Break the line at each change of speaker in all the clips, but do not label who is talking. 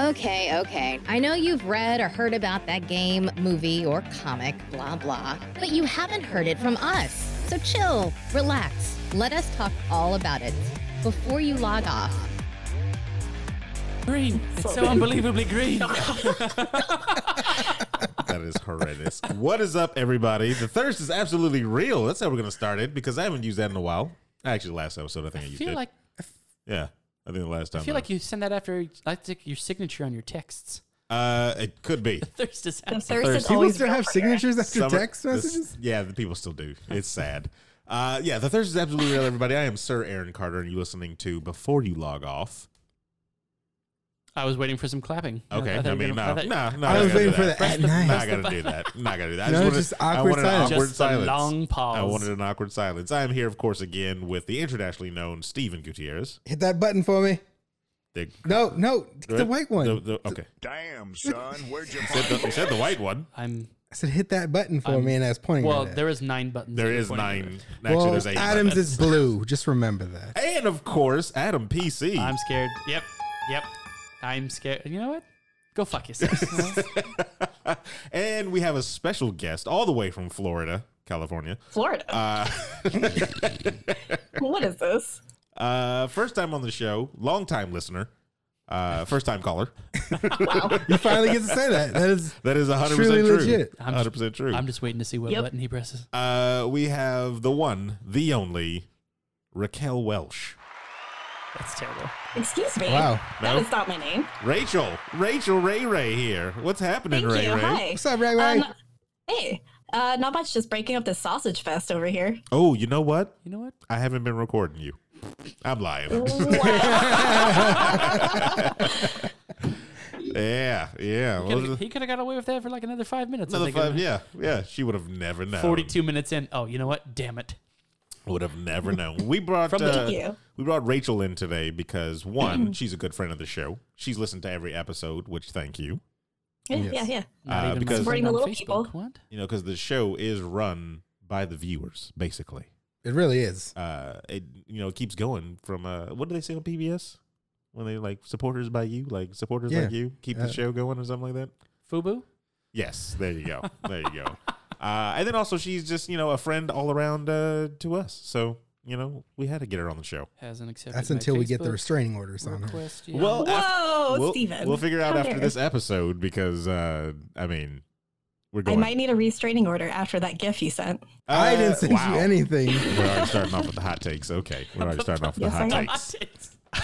Okay, okay. I know you've read or heard about that game, movie, or comic, blah, blah, but you haven't heard it from us. So chill, relax, let us talk all about it before you log off.
Green. It's so unbelievably green.
that is horrendous. What is up, everybody? The thirst is absolutely real. That's how we're gonna start it because I haven't used that in a while. Actually, last episode I think I,
I
used
feel
it.
like
yeah, I think the last time.
I feel like you send that after I took your signature on your texts.
uh, it could be.
Thirst is
The
abs-
thirst is
People
always
still have signatures after
Summer-
text
this-
messages.
yeah, the people still do. It's sad. Uh, yeah, the thirst is absolutely real, everybody. I am Sir Aaron Carter, and you're listening to before you log off.
I was waiting for some clapping.
Okay,
thought
I,
you were
mean,
gonna-
no,
thought-
no, no.
I was
gotta
waiting
do
for
that.
the at
Not
night.
gonna do that. Not gonna do that. I
No,
just wanted,
just
I
awkward
wanted an
silence.
awkward
Just a
silence.
long pause.
I wanted an awkward silence. I am here, of course, again with the internationally known Stephen Gutierrez.
Hit that button for me.
The,
No, no, hit the white one.
The, the, okay,
Damn, son, where'd you
said the, you
find
said the white one.
I'm.
I said hit that button for
I'm-
me, and I was pointing.
Well,
at it.
there is nine buttons.
There
that you're
is
pointing
nine.
at.
Actually,
well,
there's eight.
Adams
buttons.
is blue. Just remember that.
and of course Adam PC.
I'm scared. Yep. Yep. I'm scared. You know what? Go fuck yourself.
and we have a special guest all the way from Florida, California.
Florida.
Uh,
what is this?
uh, first time on the show, long time listener, uh, first time caller.
Wow.
You finally get to say that. That is
That is 100%
Truly
true.
legit.
I'm-
100% true.
I'm just waiting to see what
Yep.
button he presses.
uh, we have the one, the only Raquel Welsh.
That's terrible.
Excuse me.
Wow.
That
No.
is not my name.
Rachel, Rachel Ray Ray here. What's happening,
Thank
Ray
you.
Ray?
Hi.
what's up, Ray Ray.
Um, hey. Uh, not much. Just breaking up this sausage fest over here.
Oh, you know what?
You know what?
I haven't been recording you. I'm lying. yeah, yeah. What was
Coulda-
it?
He could have got away with that for like another five minutes. I
Another
think it
five,
was.
yeah, yeah. She would have never known.
42 minutes in. Oh, you know what? Damn it.
would have never known. We brought
From
uh,
the-
Thank you.
we brought Rachel in today because one, she's a good friend of the show. She's listened to every episode, which thank you.
Yeah,
Yes.
yeah, yeah.
Not
Uh,
even
because-
my
Supporting
friend
the
on
little
Facebook.
people.
What?
You know, because the show is run by the viewers, basically.
It really is.
Uh, it you know it keeps going from uh, what do they say on PBS when they like supporters by you, like supporters
Yeah.
like you keep the
Uh,
show going or something like that.
Fubu?
Yes, there you go, there you go. Uh, and then also she's just you know a friend all around uh, to us, so you know we had to get her on the show.
Hasn't accepted.
That's
my
until we get the
Facebook
restraining orders on her.
request yet.
Well, af-
Whoa,
we'll,
Steven.
We'll figure out
How
after
dare.
this episode because uh, I mean, we're
I
going.
might need a restraining order after that GIF you sent.
Uh,
I didn't send
wow.
you anything.
We're already starting off with the hot takes. Okay, we're already starting off with
Yes,
the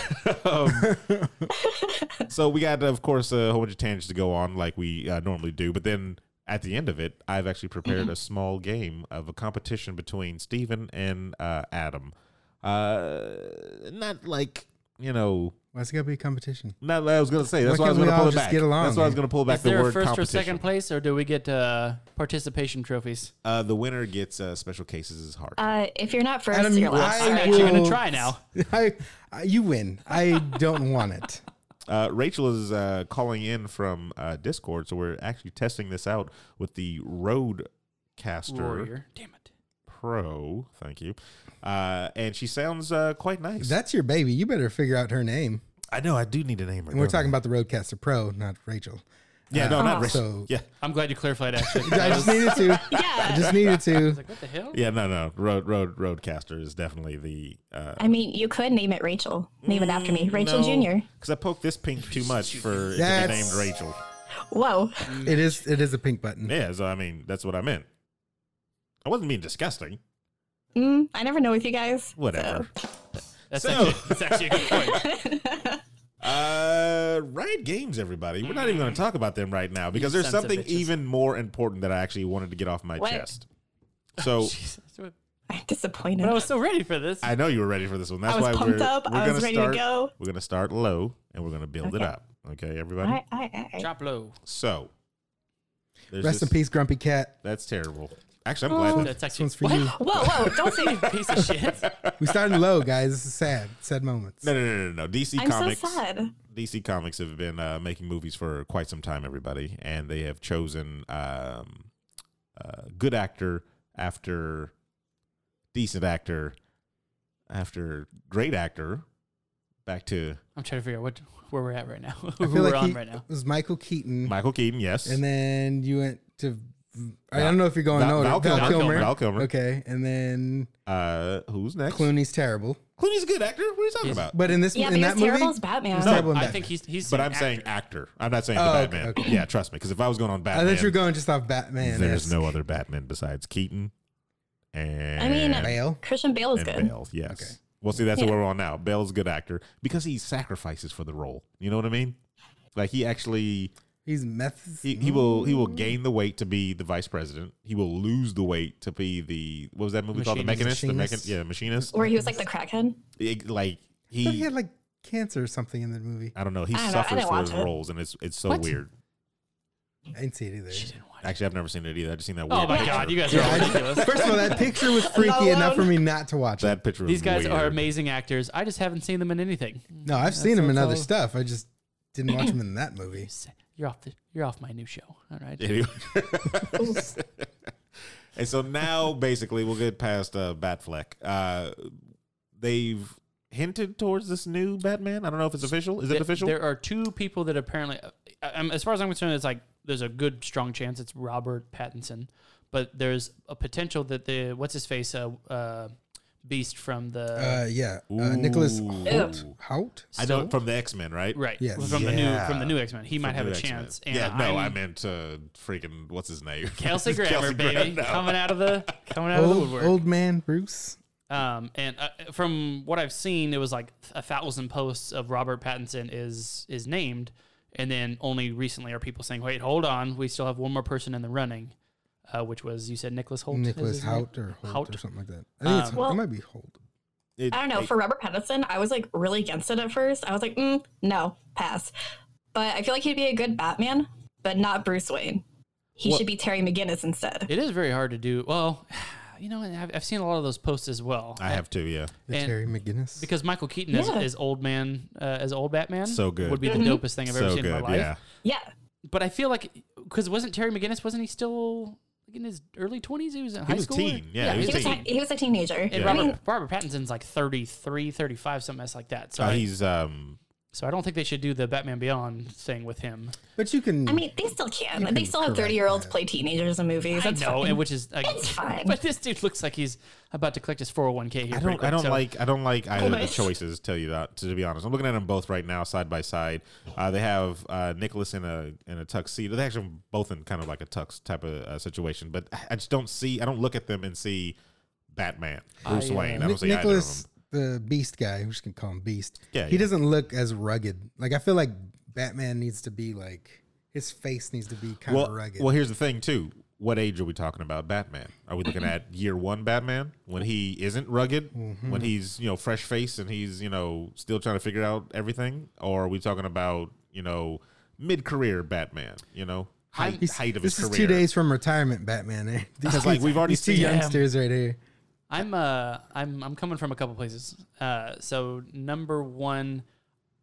hot
I am.
takes. Um, so we got, of course, a whole bunch of tangents to go on, like we uh, normally do. But then at the end of it, I've actually prepared
Mm-hmm.
a small game of a competition between Steven and uh, Adam. Uh, not like you know.
Why is it gonna be a competition?
Not I was gonna say. That's why,
Why
I was
can't we
gonna
all
pull it
just
back.
get along,
That's why I was
man?
gonna pull back
Is
the
there
word
a first or
competition.
second place, or do we get uh, participation trophies?
Uh, the winner gets uh, special cases as hard.
Uh, if you're not first,
Adam,
you're last.
I'm
I
actually gonna
will-
try now.
I, I, you win. I don't want it.
Uh, Rachel is uh, calling in from uh, Discord, so we're actually testing this out with the Rodecaster
Warrior. Damn it.
Pro. Thank you. Uh, and she sounds uh, quite nice.
That's your baby. You better figure out her name.
I know. I do need a name.
And we're talking about the Roadcaster Pro, not Rachel.
Yeah, no, not
Oh.
Rachel.
So
Yeah,
I'm glad you clarified actually.
I just needed to. I
Yeah.
just needed to.
like, what the hell?
yeah, no, no. Road, road, Roadcaster is definitely the. Uh,
I mean, you could name it Rachel. Name it after
Mm,
me, Rachel Jr.
Because I poked this pink too much for it to be named
That's-
Rachel.
Whoa.
It is. It is a pink button.
Yeah, so I mean that's what I meant. I wasn't being disgusting.
Mm, I never know with you guys.
Whatever.
That's,
So-
actually, that's actually a good point.
Uh, Riot Games, everybody. We're not even going to talk about them right now because
You
there's
sons of
something
bitches.
even more important that I actually wanted to get off my
What?
chest. So
Jesus,
I'm disappointed.
But I was so ready for this.
I know you were ready for this one. That's
I was
why
pumped
we're,
up.
we're
I was
gonna
ready to
start,
go.
We're going to start low and we're going to build it
Okay.
up. Okay, everybody.
I, I, I.
Chop low.
So there's
Rest in
this-
peace, Grumpy Cat.
That's terrible. Actually, I'm
Oh.
glad. That,
That's actually
one's for you.
Whoa, whoa, don't say
What? piece of shit.
We started low, guys. This is sad. Sad moments.
no, no, no, no, no. DC
I'm
Comics.
so sad.
DC Comics have been uh, making movies for quite some time, everybody, and they have chosen um, uh, good actor after decent actor after great actor back to
I'm trying to figure out what where we're at right now. Who
I feel
we're
like
on
he-
right now.
It was Michael Keaton,
Michael Keaton. Yes,
and then you went to. I don't know if you're going
Val-
no
Val Kilmer. Val Kilmer.
Okay, and then
uh, who's next?
Clooney's terrible,
Clooney's a good actor. What are you talking
He's-
about?
but in this
Yeah,
in
but
that
he's
movie,
terrible as Batman.
he's terrible in
I
Batman.
think he's he's.
But
an
I'm saying
actor.
actor. I'm not saying
Oh,
the
okay,
Batman.
okay.
Yeah, trust me. Because if I was going on
I
Batman,
thought you were going just off Batman.
there's no other Batman besides Keaton. And
I mean,
Bale.
Christian Bale is
and
good.
Bale. Yes. Well, see, that's where we're on now. Bale's a good actor because he sacrifices for the role. You know what I mean? Like he actually
He's meth.
he, he will he
Mm.
will gain the weight to be the vice president. He will lose the weight to be the what was that movie called? The
Machinist.
Mechanist. The Mechan-
Machinist.
yeah, machinist.
Where he was like the crackhead.
It- like
I thought he
he,
had like cancer or something in the movie.
I don't know. He
I don't know. I
suffers
didn't
for
watch
his
it.
roles, and it's it's so
What?
weird.
I didn't see it either.
She didn't watch it.
Actually, I've never seen it either. I just seen that. Weird
Oh my
picture.
god, you guys are
Yeah,
all
I-
ridiculous.
First of all, that picture was freaky enough for me not to watch it.
That picture.
These guys are
amazing.
amazing actors. I just haven't seen them in anything.
No, I've seen him in
that's
other
all.
stuff. I just didn't watch him in that movie.
You're off the you're off my new show. All right.
Anyway. and so now, basically, we'll get past uh, Batfleck. Uh, they've hinted towards this new Batman. I don't know if it's official. Is it
Th-
official?
There are two people that apparently, I- I'm- as far as I'm concerned, it's like there's a good strong chance it's Robert Pattinson, but there's a potential that the what's his face, uh, uh, Beast from the
Uh, yeah, uh, Nicholas
Ooh.
Holt. Hout?
I know from the X Men, right?
right,
Yes.
from the new
Yeah.
from the new X Men, he might
From
have
new
a
X-Men.
chance.
yeah, no, I
I'm-
meant uh, freaking what's his name?
Kelsey Grammer, baby,
no.
coming out of the coming out of the
Old,
woodwork.
old man Bruce.
Um, and uh, from what I've seen, it was like a thousand posts of Robert Pattinson is is named, and then only recently are people saying, "Wait, hold on, we still have one more person in the running," uh, which was you said Nicholas Holt. is
Nicholas
his name?
Hout or Holt,
Hout.
or something like that. I think it's,
Um,
it
Well-
might be Holt.
It-
I don't know.
it-
For Robert Pattinson, I was like really against it at first. I was like, mm, no, pass. But I feel like he'd be a good Batman, but not Bruce Wayne. He
What-
should be Terry McGinnis instead.
It is very hard to do. Well, you know, and I've, I've seen a lot of those posts as well.
I have to, yeah.
The
And-
Terry McGinnis.
because Michael Keaton is,
Yeah.
is old man uh, as old Batman.
So good. Mm-hmm.
would be the
Mhm.
dopest thing I've ever
So
seen in
good,
my life.
yeah.
yeah,
But I feel like because wasn't Terry McGinnis? Wasn't he still in his early twenties? He was in high
was
school.
teen. Yeah, he
he
was
was,
teen.
a, he was a teenager.
And
Yeah.
I
Robert,
mean,
Robert Pattinson's like 33, 35, something else like that. So,
Uh,
I,
he's um
so I don't think they should do the Batman Beyond thing with him.
but you can.
I mean, they still can.
Mm. You
They
can
still have
correct
thirty-year-olds
that.
play teenagers in movies. That's
I know,
fine.
and which is like,
It's fine.
But this dude looks like he's about to collect his four hundred one k here.
I
pretty
don't.
quick,
I don't
so-
like. I don't like either of the
Nice.
choices. Tell you that to, be honest, I'm looking at them both right now, side by side. Uh, they have uh, Nicholas in a in a tuxedo. They are actually both in kind of like a tux type of uh, situation. But I- I just don't see. I don't look at them and see Batman, Bruce
I, uh,
Wayne. I
Nic-
don't see
Nicholas, the Beast guy. We just can call him Beast.
Yeah,
he
yeah.
doesn't look as rugged. Like I feel like Batman needs to be like his face needs to be kind
either of
of
them. Well,
rugged.
well, here's the thing too. What age are we talking about, Batman? Are we looking at year one Batman when he isn't rugged, when he's you know fresh face and he's you know still trying to figure out everything, or are we talking about you know mid career Batman? You know. Height,
He's-
height of his
this
career.
is two days from retirement, Batman. eh? These
Because, like,
kids-
we've already
these two
seen-
youngsters right here.
I'm uh I'm I'm coming from a couple places. Uh so number 1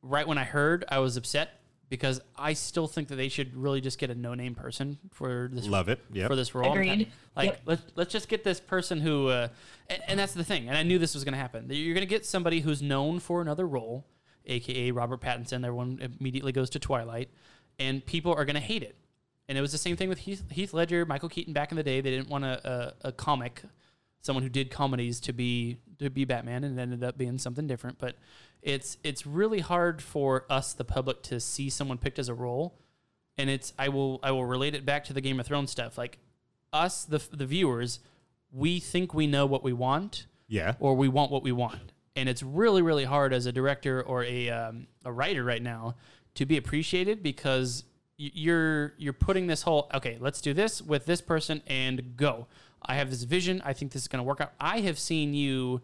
right when I heard I was upset because I still think that they should really just get a no-name person for this
Love it. Yep.
for this role.
Agreed.
Like
Yep.
let let's just get this person who uh and, and that's the thing. And I knew this was going to happen. That You're going to get somebody who's known for another role, aka Robert Pattinson. Everyone immediately goes to Twilight and people are going to hate it. And it was the same thing with Heath, Heath Ledger, Michael Keaton back in the day. They didn't want a, a, a comic someone who did comedies to be to be Batman, and it ended up being something different. But it's it's really hard for us, the public, to see someone picked as a role. And it's I will I will relate it back to the Game of Thrones stuff. Like us, the the viewers, we think we know what we want,
Yeah.
or we want what we want. And it's really, really hard as a director or a, um, a writer right now to be appreciated because y- you're you're putting this whole okay, let's do this with this person and go. I have this vision. I think this is going to work out. I have seen you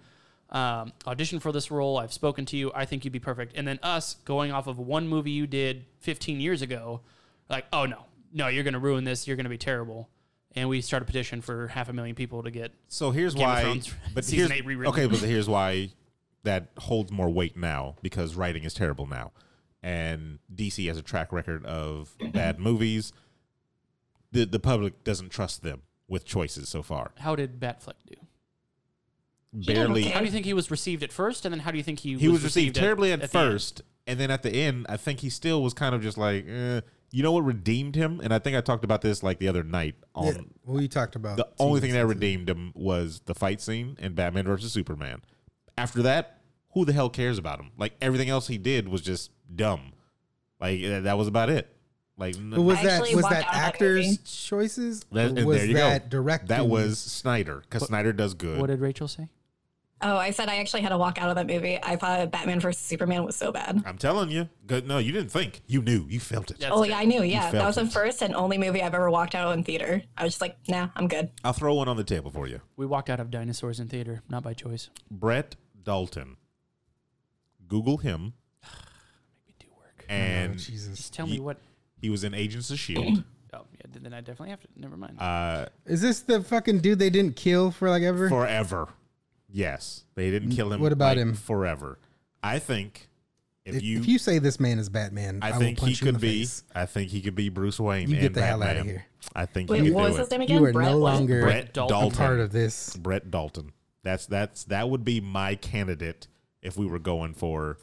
um, audition for this role. I've spoken to you. I think you'd be perfect. And then us going off of one movie you did 15 years ago, like, oh no, no, you're going to ruin this. You're going to be terrible. And we start a petition for half a million people to get
So here's
of
why.
Thrones
but
season
here's,
eight rewritten.
okay, but here's why that holds more weight now because writing is terrible now, and DC has a track record of bad movies. The the public doesn't trust them with choices so far.
how did Batfleck do?
barely.
care.
How do you think he was received at first, and then how do you think he
He was received
at-
terribly at,
the end?
first, and then at the end, I think he still was kind of just like, eh. you know what redeemed him? And I think I talked about this like the other night on
Yeah, well, you talked about
Um, the only thing
teams.
that redeemed him was the fight scene in Batman versus Superman. After that, who the hell cares about him? Like everything else he did was just dumb. Like eh, that was about it. Like n-
But was
I
that
actually
was
walked
that
out of that
actors'
movie.
choices?
that-
Or
and
was
there you
that
go.
directing?
That was Snyder because Snyder does good.
What did Rachel say?
Oh, I said I actually had to walk out of that movie. I thought Batman versus Superman was so bad.
I'm telling you. Good. No, you didn't think. You knew. You felt it.
Yeah.
Oh yeah, I knew. Yeah,
felt
that was the
it.
first and only movie I've ever walked out of in theater. I was just like, nah, I'm good.
I'll throw one on the table for you.
We walked out of dinosaurs in theater, not by choice.
Brett Dalton. Google him,
We do work.
and
Oh, Jesus,
Just tell me
Ye-
what.
he was in Agents of Shield.
Oh yeah, then I definitely have to. Never mind.
E uh,
is this the fucking dude they didn't kill for like ever?
forever. Yes, they didn't kill him.
What
like,
about him?
Forever. I think if,
if,
you,
if you say this man is Batman, I,
I think
will
he
punch you in
could
the
be.
face.
I think he could be Bruce Wayne.
You
and
get the hell
Batman.
outta here.
I think he
Wait,
could
what
do
was
it.
his name again?
You are
Brett
no
what?
longer
Brett
Dalton.
Dalton.
part of this.
Brett Dalton. That's that's that would be my candidate if we were going for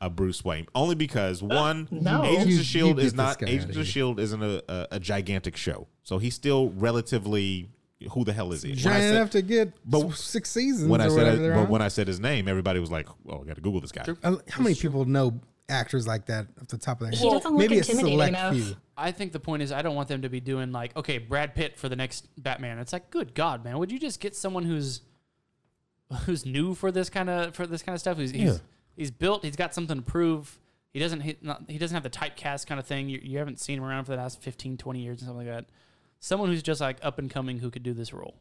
a Bruce Wayne. Only because one,
Uh, no.
Agents
You-
of Shield
you
E is
get this
not
guy
Agents
outta
of
here.
Shield isn't a, a, a gigantic show, so he's still relatively who the hell is he? When I
Giant
said-
enough to get
but
s- six seasons
when
or
I said
whatever they're
but
on.
when I said his name, everybody was like, "Oh, I got to Google this guy."
Uh, How many people know actors like that off the top of their head?
doesn't look intimidating enough.
I think the point is I don't want them to be doing like, okay, Brad Pitt for the next Batman. It's like, good God, man, would you just get someone who's who's new for this kind of for this kind of stuff? Who's he's, he's built, he's got something to prove. He doesn't he, not, he doesn't have the typecast kind of thing. You, you haven't seen him around for the last 15, 20 years and something like that. Someone who's just like up and coming who could do this role.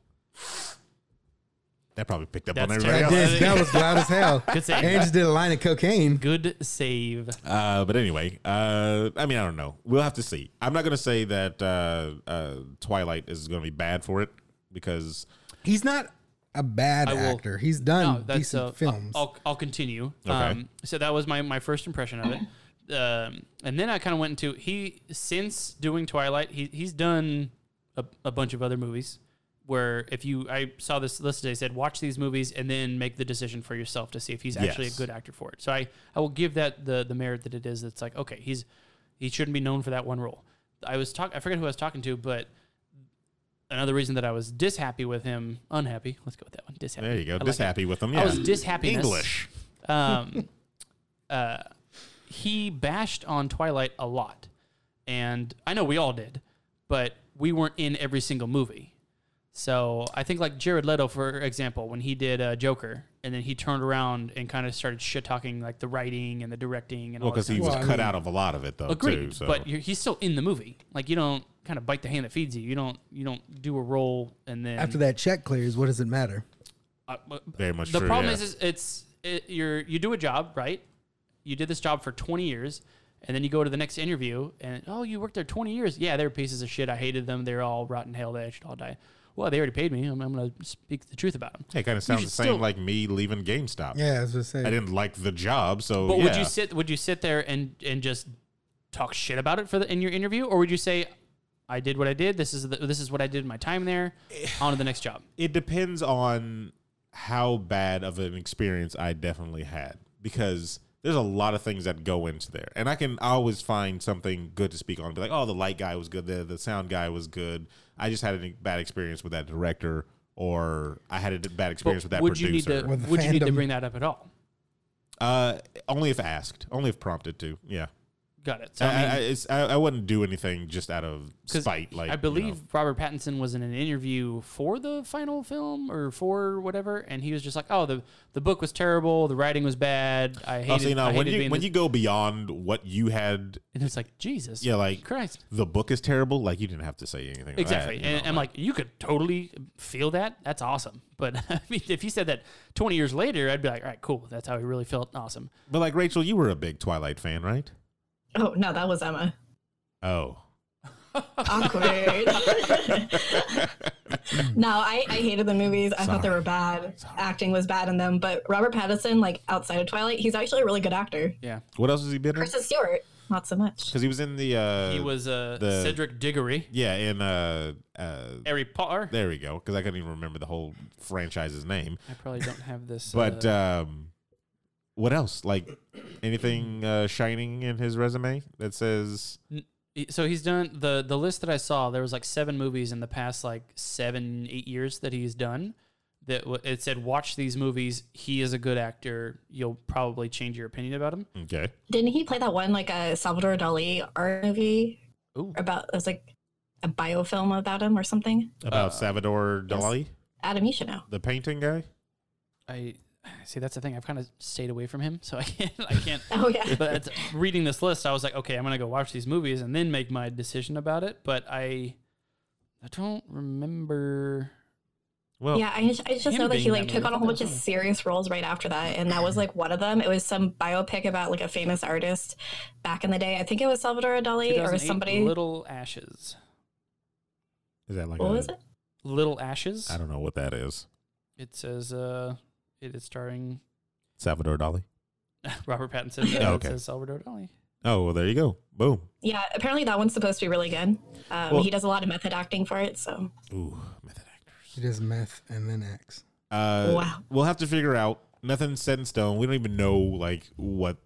That probably picked up
That's
on everybody
That,
else.
did, that was loud as hell.
Good save.
And just did a line of cocaine.
Good save.
Uh, but anyway, uh, I mean, I don't know. We'll have to see. I'm not going to say that uh, uh, Twilight is going to be bad for it because
He's not a bad
I will-
actor. He's
No,
done
that's
decent
uh,
films.
I'll, I'll continue.
Okay.
Um, so that was my, my first impression of it. Um, and then I kind of went into he since doing Twilight, he, he's done a, a bunch of other movies where if you I saw this list today it said watch these movies and then make the decision for yourself to see if he's actually a
Yes.
good actor for it. So I, I will give that the the merit that it is. It's like okay, he's he shouldn't be known for that one role. I was talk I forget who I was talking to, but another reason that I was dishappy with him, unhappy. Let's go with that one. Dishappy.
there you
I
go.
like
Dishappy
it
with them.
I
Yeah.
was dishappy.
English.
Um, uh, he bashed on Twilight a lot, and I know we all did, but we weren't in every single movie. So I think like Jared Leto, for example, when he did uh, Joker, and then he turned around and kind of started shit talking like the writing and the directing and
Well,
all. that
because he
kind of
was
Well, I
cut
mean-
out of a lot of it though.
Oh, Agreed,
too, so.
but you're, he's still in the movie. Like you don't kind of bite the hand that feeds you. You don't you don't do a role and then
After that check clears, what does it matter?
Uh, but-
Very much
The
true,
problem
yeah.
is, is it's it, you're you do a job right. You did this job for twenty years, and then you go to the next interview, and oh, you worked there twenty years. Yeah, they were pieces of shit. I hated them. They're all rotten hell. They should all die. Well, they already paid me. I'm, I'm going to speak the truth about them.
hey, kind of sounds
should
the same
still-
like me leaving GameStop.
Yeah, I was just saying.
I didn't like the job, so
But would
yeah.
you sit? Would you sit there and and just talk shit about it for the, in your interview, or would you say, I did what I did. This is the, this is what I did in my time there. On to the next job.
it depends on how bad of an experience I definitely had because there's a lot of things that go into there, and I can always find something good to speak on. Be like, oh, the light guy was good, the the sound guy was good. I just had a bad experience with that director, or I had a bad
But
experience with that
would you need
producer.
to?
With the
Would you need to
fandom.
bring that up at all?
uh, only if asked, only if prompted to. Yeah,
Got it. So,
I,
I mean-
I, it's, I, I wouldn't do anything just out of
Because
spite. Like
I
you know.
believe Robert Pattinson was in an interview for the final film or for whatever, and he was just like, "Oh, the the book was terrible, the writing was bad. I hated,
Oh, see, now,
I
when
hated
you
being
when
this-"
you go beyond what you had,
And it's like Jesus,
yeah, like
Christ,
the book is terrible. Like you didn't have to say anything. like that,
exactly.
you
and
know,
I'm like, you could totally feel that. That's awesome. But I mean, if you said that 20 years later, I'd be like, "All right, cool. That's how he really felt. Awesome."
but like Rachel, you were a big Twilight fan, right?
Oh no, that was Emma.
Oh,
Awkward. no, I, I hated the movies. I thought they were bad. Acting was bad in them. But Robert Pattinson, like outside of Twilight, he's actually a really good actor.
Yeah,
what else has he been in?
Kristen Stewart. not so much.
because he was in the uh,
he was uh,
the-
Cedric Diggory,
yeah in uh, uh,
Harry Potter.
there we go because I couldn't even remember the whole franchise's name.
I probably don't have this.
But
uh,
um, what else? Like anything uh, shining in his resume that says
he- so he's done the the list that I saw. There was like seven movies in the past like seven eight years that he's done. That w- it said, watch these movies. He is a good actor. You'll probably change your opinion about him.
okay?
Didn't he play that one like a Salvador Dali art movie
Ooh.
about? It was like a biofilm about him or something.
About
Uh,
Salvador
yes.
Dali,
Adam, you should know.
the painting guy.
I see. That's the thing. I've kind of stayed away from him, so I can't. I can't.
Oh yeah,
but it's, reading this list, I was like, okay, I'm gonna go watch these movies and then make my decision about it. But I, I don't remember.
Well,
yeah. I just, I just know that
being
he like
that
took on a whole bunch of
movie.
serious roles right after that, and that was like one of them. It was some biopic about like a famous artist back in the day. I think it was Salvador Dali or
2008
somebody.
Little Ashes.
is that like
what
a-
was it?
Little Ashes.
I don't know what that is.
It says uh, it is starring
Salvador Dali.
Robert Pattinson. and
Oh,
it
okay.
says Salvador Dali.
Oh well, there you go. Boom.
Yeah, apparently that one's supposed to be really good. Um,
Well-
he does a lot of method acting for it, so
Ooh, method actors.
She does meth and then acts.
Uh,
Wow.
We'll have to figure out. Nothing's set in stone. We don't even know like what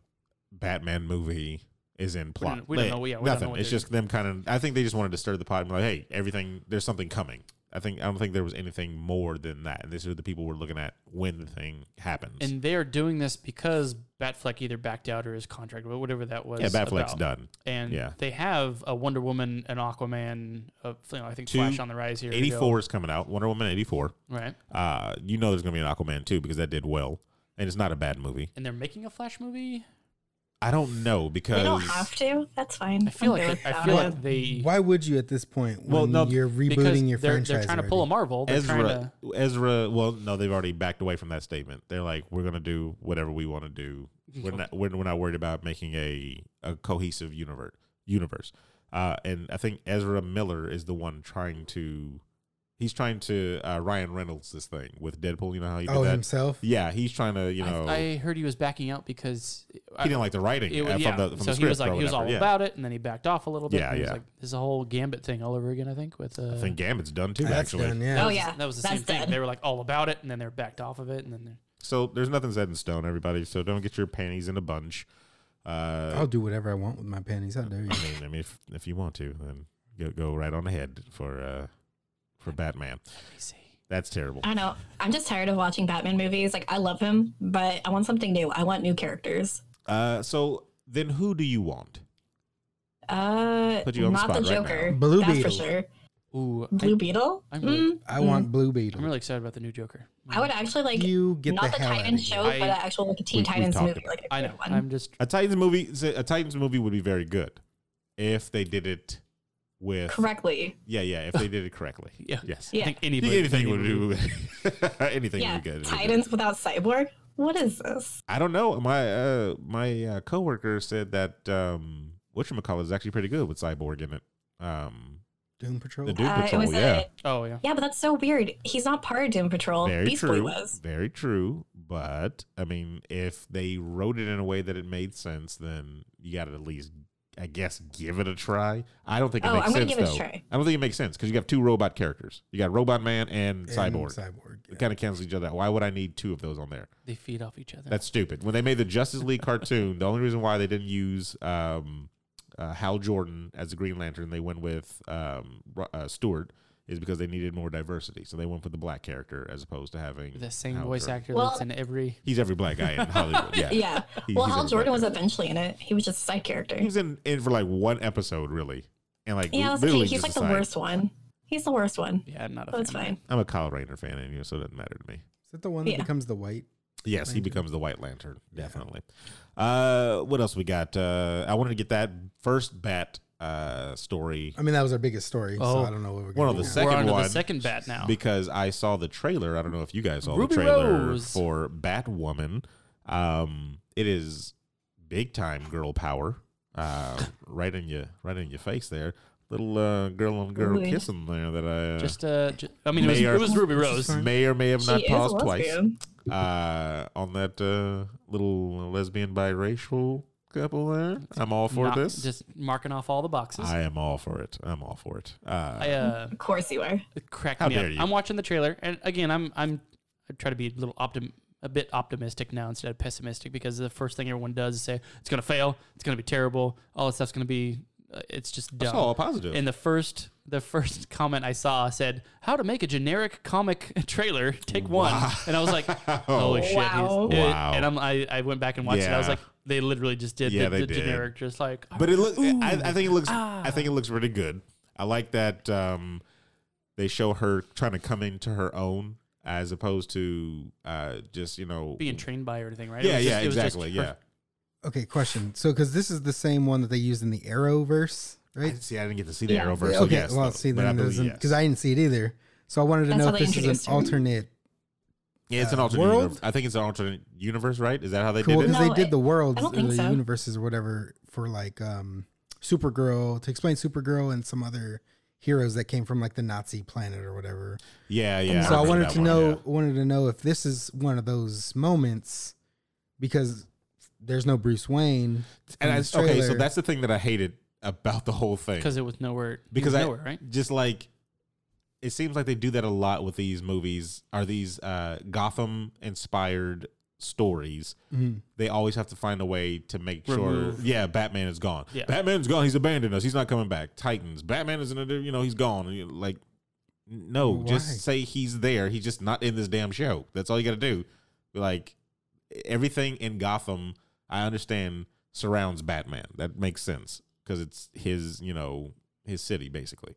Batman movie is in plot.
we don't
Like,
know- yeah, we don't know
nothing.
what
it's
they're-
just them kind of. I think they just wanted to stir the pot and be like, hey, everything. There's something coming. I think I don't think there was anything more than that. And these are the people we're looking at when the thing happens.
And they are doing this because Batfleck either backed out or his contract, but whatever that was.
yeah, Batfleck's
about.
done.
And
Yeah.
they have a Wonder Woman, an Aquaman, a, you know, I think
Two-
Flash on the Rise here. to go.
Eighty four is coming out. Wonder Woman eighty four.
Right.
Uh, you know there's gonna be an Aquaman too because that did well, and it's not a bad movie.
And they're making a Flash movie?
I don't know
they
because
don't have to. That's fine.
I feel
I'm good
like
with
they, I
that
feel
one.
like they
Why would you at this point when
Well, no,
you're
because
rebooting your
they're,
franchise?
They're trying to pull a
already?
Marvel. They're trying to
Ezra, Ezra. Well, no, they've already backed away from that statement. They're like, we're gonna do whatever we want to do. We're not, we're, we're not worried about making a, a cohesive universe. Universe, uh, and I think Ezra Miller is the one trying to. He's trying to uh, Ryan Reynolds this thing with Deadpool. You know how he did
Oh,
that.
himself.
Yeah, he's trying to. You
I-
know,
I, heard he was backing out because
he didn't like the writing
it,
uh,
was-
from
yeah.
the from
so
the script.
he was like
or
he was all
whatever. yeah.
about it, and then he backed off a little bit.
Yeah,
and he was
yeah.
like, "There's a whole Gambit thing all over again." I think with uh,
I think Gambit's done too.
That's
actually,
done. Yeah.
Oh
that was-
yeah,
that was the
that's
same thing.
dead.
They were like all about it, and then they were backed off of it, and then they're-
so there's nothing set in stone, everybody. So don't get your panties in a bunch. Uh,
I'll do whatever I want with my panties. How dare you?
I mean, I mean, if if you want to, then go go right on ahead for uh for Batman.
let me see.
That's terrible.
I don't know. I'm just tired of watching Batman movies. Like I love him, but I want something new. I want new characters.
Uh, so then who do you want?
Uh,
Put you on the
not
spot
the
right
Joker.
now. Blue
that's
Beetle.
for sure.
Ooh,
Blue Beetle.
I, am really,
Mm,
I want Blue Beetle.
I'm Mm-hmm. really excited about the new Joker.
I would actually like
you get
not
the,
the,
hell out of
Titans
here.
show,
I-
but an actual like a Teen
We've- we've
Titans
talked
movie.
about
Like a
I
good
know.
one.
I'm just
A Titans movie. A Titans movie would be very good if they did it with
correctly.
Yeah, yeah. If they did it correctly.
yeah.
Yes.
I
Yeah.
think any movie-
Anything
any
would
movie.
do. anything
yeah,
would be good.
Titans without Cyborg. What is this?
I don't know. My uh, my uh, coworker said that um, whatchamacallit is actually pretty good with Cyborg in it. Um,
Doom Patrol.
the Doom
Uh, it
Patrol,
was a-
yeah.
Oh yeah.
Yeah, but that's so weird. He's not part of Doom Patrol.
Very
Beast
true.
Boy was.
Very true. But I mean, if they wrote it in a way that it made sense, then you got to at least, I guess, give it a try. I don't think it
Oh,
makes
I'm gonna
sense
give it a
though.
try.
I don't think it makes sense because you have two robot characters. You got Robot Man and,
and
Cyborg.
Cyborg. yeah.
It kind of cancels each other out. Why would I need two of those on there?
They feed off each other.
That's stupid. When they made the Justice League cartoon, the only reason why they didn't use um, uh, Hal Jordan as the Green Lantern, they went with um, Ro- uh, Stewart, is because they needed more diversity. So they went with the black character as opposed to having
the same
Hal
voice
Jordan.
actor
Well-
that's in every.
He's every black guy in Hollywood. Yeah.
Yeah.
He-
well,
he's
Hal
every
Jordan
black
was
guy.
eventually in it. He was just a side character.
He was in, in for like one episode, really. And like,
yeah, that's okay.
literally
He's
just
like
a
the
side-
worst one. He's the worst one.
Yeah, I'm not a
That's
fan. of
fine.
I'm a Kyle Rayner fan, and you know, so it doesn't matter to me.
Is that the one that
Yeah.
becomes the white?
Yes, he
Lantern.
becomes the White Lantern, definitely. Uh, what else we got? Uh, I wanted to get that first bat uh, story
I mean, that was our biggest story.
Oh.
so I don't know what we're
One
gonna
of
do
the
now.
We're
Second
on to the
one.
second bat now.
because I saw the trailer. I don't know if you guys saw
Ruby
the trailer
Rose.
for Batwoman. Um, it is big time girl power. Uh, right in your right in your face there. Little uh, girl on girl
Ooh.
kissing there that I uh,
just uh, ju- I mean, it was,
Mayor-
it was Ruby Rose.
may or may have not
she is a
paused twice
lesbian.
uh, on that uh, little lesbian biracial couple there. I'm all for
Knock-
this.
Just marking off all the boxes.
I am all for it. I'm all for it. Uh,
I uh,
Of course you are.
it cracked
How
me up.
dare you.
I'm watching the trailer, and again, I'm I'm I try to be a little optim a bit optimistic now instead of pessimistic because the first thing everyone does is say it's gonna fail, it's gonna be terrible, all this stuff's gonna be, uh, it's just dumb.
it's all positive.
And the first the first comment I saw said, "How to make a generic comic trailer? Take one." And I was like, "Holy shit!" he's-
Wow.
it-
Wow.
And I'm, I I went back and watched it. I was
Yeah.
like, "They literally just did
Yeah,
the,
they
the
did.
generic, just like."
but it looks. I, I think it looks.
Ah.
I think it looks really good. I like that um, they show her trying to come into her own as opposed to uh, just you know.
being trained by or anything, right? It
yeah,
was
yeah,
just- it was just
exactly.
her-
Yeah.
Okay, question. So, because this is the same one that they used in the Arrowverse,
I
right?
didn't see. I didn't get to see the
Yeah.
Arrowverse. so
okay,
yes,
well,
though.
see,
But I
then
believe
because
yes.
I didn't see it either. So I wanted to
That's
know
how
if
they
this is
introduced
an
her.
alternate.
Yeah, it's an
uh,
alternate
world?
universe. I think it's an alternate universe, right? Is that how they did
Cool,
it?
because
No,
they did
it-
the worlds,
I
or
don't think
the
so.
universes, or whatever for like um Supergirl to explain Supergirl and some other heroes that came from like the Nazi planet or whatever.
Yeah, yeah.
so I
remember
wanted
that
to
one,
know
yeah.
wanted to know if this is one of those moments because there's no Bruce Wayne.
And
in
I,
this
okay, so
trailer.
that's the thing that I hated about the whole thing
because it was nowhere.
because
it
I
was nowhere, right?
just like it seems like they do that a lot with these movies. Are these uh, Gotham inspired stories?
Mhm.
They always have to find a way to make
Remove.
sure. Yeah, Batman is gone.
Yeah.
Batman's gone. He's abandoned us. He's not coming back. Titans. Batman is another. You know, he's gone. You- Like, no,
Why?
just say he's there. He's just not in this damn show. That's all you got to do. Like everything in Gotham, I understand surrounds Batman. That makes sense because it's his, you know, his city basically.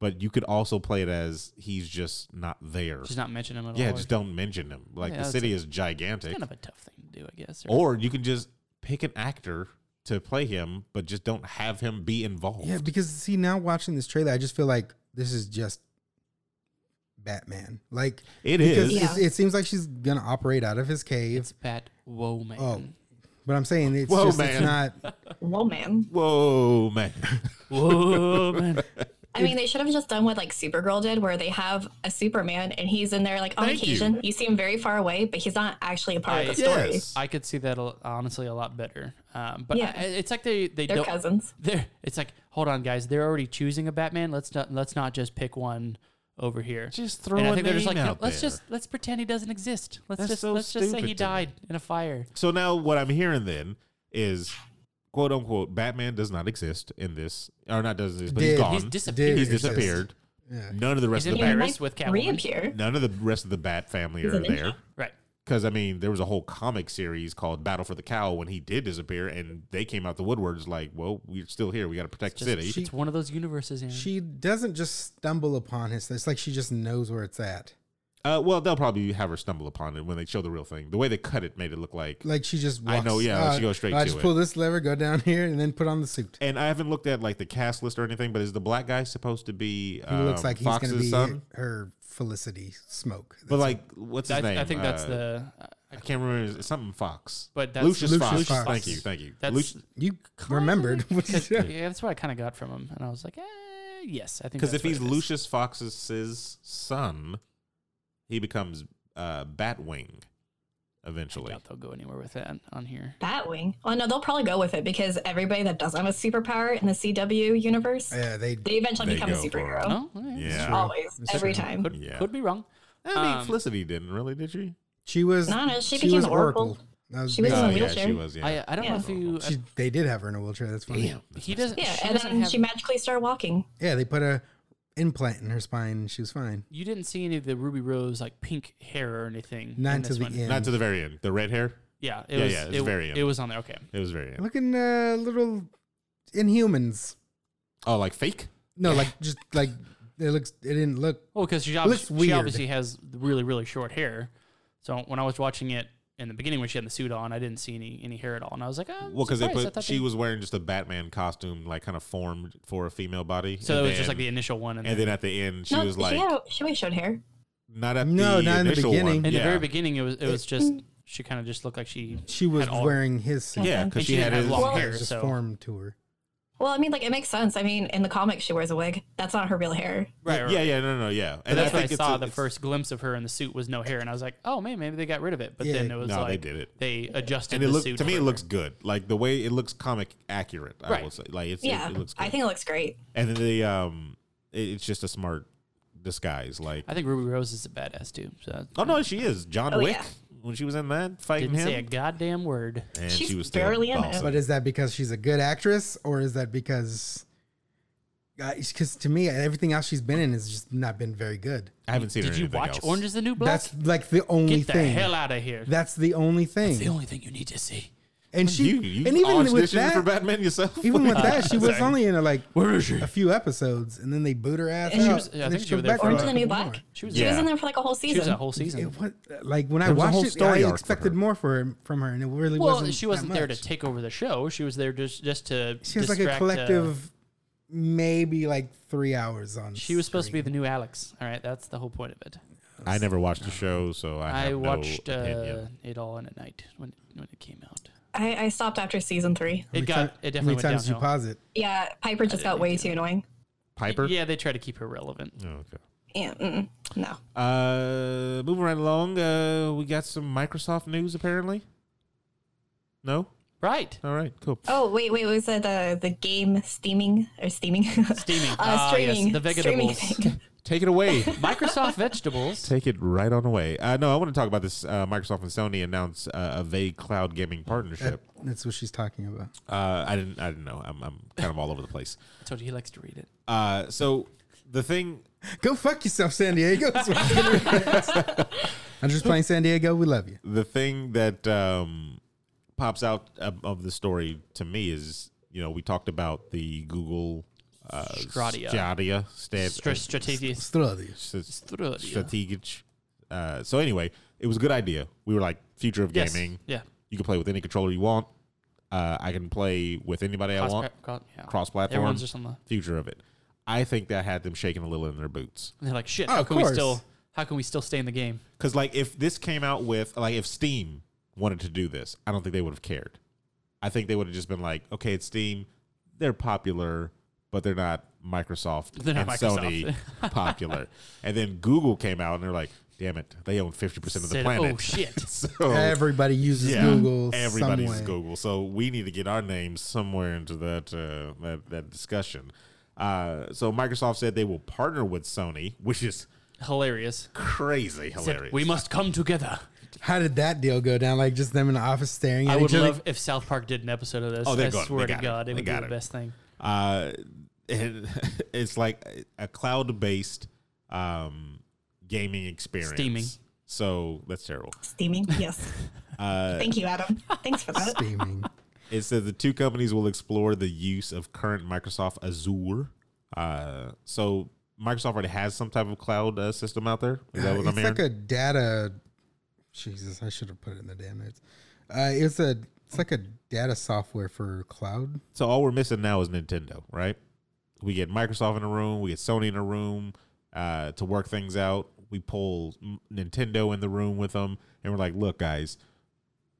But you could also play it as he's just not there.
Just not mention him at
yeah,
all.
just don't mention him. Like
Yeah,
the
that's
city
a-
is gigantic.
Kind of a tough thing to do, I guess. Or,
or you can just pick an actor to play him, but just don't have him be involved.
Yeah, because see now watching this trailer, I just feel like this is just Batman. Like
it
because
is.
Yeah.
it's- it seems like she's gonna operate out of his cave.
it's Bat Woman.
Oh, but I'm saying it's
Whoa,
just it's
man.
not.
Whoa, man.
Whoa, man. Oh.
Woman.
I mean, they should have just done what like Supergirl did, where they have a Superman and he's in there like on
Thank you.
occasion. You. see him very far away, but he's not actually a part
I-
of the story.
Yes.
I could see that a, honestly a lot better. Um, but
Yeah.
I, it's like they they
They're
don't.
cousins.
They're, it's like hold on, guys. They're already choosing a Batman. Let's not let's not just pick one over here.
Just throw
and I
a
think they're just
name
like "No,
out
let's
there."
just let's pretend he doesn't exist. Let's
That's
just
so
let's just say
stupid
he
to me.
died in a fire.
So now what I'm hearing then is quote unquote Batman does not exist in this or not does exist, but he's
Did.
gone.
He's
He's,
disappeared.
He's
He's
dis-
disappeared.
Yeah.
None of the rest
He's
of the
in
bat,
Paris with Catwoman.
reappear.
none of the rest of the Bat family
He's
are
a ninja.
there.
right.
Because I mean, there was a whole comic series called Battle for the Cow when he did disappear, and they came out the woodwords like, "Well, we're still here. We got to protect the
Just-
city."
it's one of those universes. Aaron.
She doesn't just stumble upon his. It's like she just knows where it's at.
Uh, well, they'll probably have her stumble upon it when they show the real thing. The way they cut it made it look like
Like she just.
I
Walks,
know, yeah, she goes straight
I
to
just
it.
pull this lever, go down here, and then put on the suit.
And I haven't looked at like the cast list or anything, but is the black guy supposed to be
He
um,
looks like he's
Fox's
gonna be
son?
her Felicity Smoke.
But like, what's his
I,
name?
I think that's
Uh,
the. I
I can't remember. It's something Fox.
But that's-
Lucius, Fox.
Lucius Fox.
Thank you. Thank you.
That's
Lucius-
you remembered. What you
Cause,
said.
yeah, that's what I kind of got from him, and I was like, eh, yes, I think
Because
because
if he's Lucius Fox's son, he becomes uh, Batwing
I
eventually.
doubt they'll go anywhere with that on here.
Batwing. Well, Oh, no, they'll probably go with it because everybody that doesn't have a superpower in the CW universe,
Yeah, they.
they eventually
They
become a
go for it.
superhero.
Oh, all right.
Yeah.
Always,
That's
every
true.
time.
Could,
Yeah.
could be wrong.
I mean,
Um,
Felicity didn't really, did she? Oh,
She was.
No, no, she became
was
an Oracle.
That was
She was
big.
in a
yeah,
wheelchair.
she was. Yeah.
I, I don't know
Yeah.
if you.
She, they did have her in a wheelchair. That's funny.
Damn.
I, he doesn't.
Yeah,
she
and
doesn't
then
have,
she magically started walking.
Yeah, they put a implant in her spine. and She was fine.
you didn't see any of the Ruby Rose like pink hair or anything.
Not
in
until
this
the
one.
end.
Not to the very end. The red hair.
Yeah, it
Yeah,
was.
yeah, it's
it,
very end.
it was on there. Okay,
It was very end.
Looking uh, little Inhumans.
Oh, like fake.
No, like just like it looks. It didn't look.
Well, because she,
Looks
obvi- she
weird.
obviously has really, really short hair. So when I was watching it in the beginning when she had the suit on, I didn't see any, any hair at all. And I was like, oh,
Well, because they put she
they,
was wearing just a Batman costume, like kind of formed for a female body.
So it
and
was just like the
then-
initial one. And,
And
then
then at the end, she
no,
was like,
she, had, she always showed hair.
not at
No,
the
not in the
initial
beginning.
One.
in
yeah.
the very beginning, it was it was just she kind of just looked like she
She was
all-
wearing his suit.
yeah, because
And
she
she didn't
had
have
his
long
It
hair.
was just
so-
formed to her.
Well, I mean, like it makes sense. I mean, in the comics, she wears a wig. That's not her real hair.
Right, right.
Yeah, yeah, no, no, yeah.
But
And
that's when I
it's
saw
a-
the
it's-
first glimpse of her, and the suit was no hair, and I was like, "Oh man, maybe they got rid of it." But
Yeah.
then it was
No, they
like
did it.
They adjusted
And it
the
looks
suit.
to me, it
further.
looks good. Like the way it looks, comic accurate. I
Right.
will say, like it's,
Yeah,
it, it looks. Good.
I think it looks great.
and then the um, it, it's just a smart disguise. Like,
I think Ruby Rose is a badass too. So
oh no, she is John
Oh,
Wick
yeah.
when she was in that fighting
didn't say a
him,
goddamn word.
and
She's
she was still
barely in it.
bossing.
But is that because she's a good actress, or is that because? Because to me, everything else she's been in has just not been very good.
I haven't seen. her
Did
in
you
anything
watch
else.
Orange Is the New Black?
That's like the only
Get the
thing.
hell out of here.
That's the only thing.
That's the only thing you need to see.
and she,
You, you
and even with
auditioned for
that,
Batman yourself.
even
Uh,
with that, she was
Sorry.
only in a, like
Where is she?
a few episodes, and then they boot her ass.
And she
out,
was- yeah, I
and
think
then
she was there
back
for
for
a
a
Orange is the
couple
New
more.
Black.
She was
She was
Yeah.
in there for like a whole
She was a
season.
whole season.
It was, like when I
There was a
watched
whole
it,
story
I
arc for
expected
her.
more for him, from her, and it really
well,
wasn't.
she wasn't
that
there
much.
to take over the show. She was there just just to.
She was like a
distract, uh,
collective, maybe like three hours on.
she was supposed to be the new Alex. All right, that's the whole point of it.
I never watched the show, so I,
I
have
watched
No
uh,
opinion.
it all in a night when when it came out.
I, I stopped after season three.
It got it definitely went
How many times did
downhill.
you pause it?
Yeah, Piper just got way too annoying.
Piper.
Yeah, they try to keep her relevant.
Oh, okay.
Yeah, mm, no.
Uh, moving right along, uh, we got some Microsoft news apparently. No,
Right.
all right, cool.
Oh wait, wait, what was that? The the game steaming or steaming?
Steaming.
uh,
Ah, yes,
streaming.
the
Streaming
vegetables.
thing.
Take it away.
Microsoft Vegetables.
Take it right on away. Uh, no, I want to talk about this. Uh, Microsoft and Sony announced uh, a vague cloud gaming partnership.
That's what she's talking about.
Uh, I didn't. I didn't know. I'm, I'm kind of all over the place.
Told you he likes to read it.
Uh, so the thing.
Go fuck yourself, San Diego. That's what I'm gonna react. I'm just playing San Diego. We love you.
the thing that um, pops out of, of the story to me is you know we talked about the Google uh,
Stradia.
Stradia stand,
Stra- strategic.
Stradius.
uh, s-
Stradia.
strategic. Uh, so anyway, it was a good idea. We were like future of
Yes.
gaming.
Yeah.
You can play with any controller you want. Uh, I can play with anybody I want.
Cross- cross- yeah.
Cross-platform.
Everyone's just on the.
Future of it. I think that had them shaking a little in their boots.
They're like, shit.
Oh,
how
of
can we
course.
still? How can we still stay in the game?
Because like if this came out with like if Steam wanted to do this, I don't think they would have cared. I think they would have just been like, okay, it's Steam, they're popular, but they're not Microsoft
They're not
and
Microsoft.
Sony popular. And then Google came out and they're like, damn it, they own fifty percent of the
Said,
planet.
oh shit.
so
Everybody uses
yeah,
Google.
everybody
some
uses
way.
Google. So we need to get our names somewhere into that uh, that, that discussion. Uh, so Microsoft said they will partner with Sony, which is
Hilarious.
crazy
Said,
hilarious.
we must come together.
How did that deal go down? Like just them in the office staring at
I
each
would
other.
love if South Park did an episode of this.
Oh, they
I
got it.
swear to
They got it.
God, it,
They
would be
got
the
it.
best thing.
uh, and it's like a cloud based um, gaming experience.
Steaming.
So that's terrible.
Steaming. Yes.
Uh,
Thank you, Adam. Thanks for that.
Steaming.
It says the two companies will explore the use of current Microsoft Azure. Uh, so Microsoft already has some type of cloud uh, system out there. Is that what I'm
it's
hearing?
like a data. Jesus, I should have put it in the damn notes. Uh, it's a it's like a data software for cloud.
so all we're missing now is Nintendo, right? We get Microsoft in a room, we get Sony in a room uh, to work things out. We pull M- Nintendo in the room with them, and we're like, "Look, guys,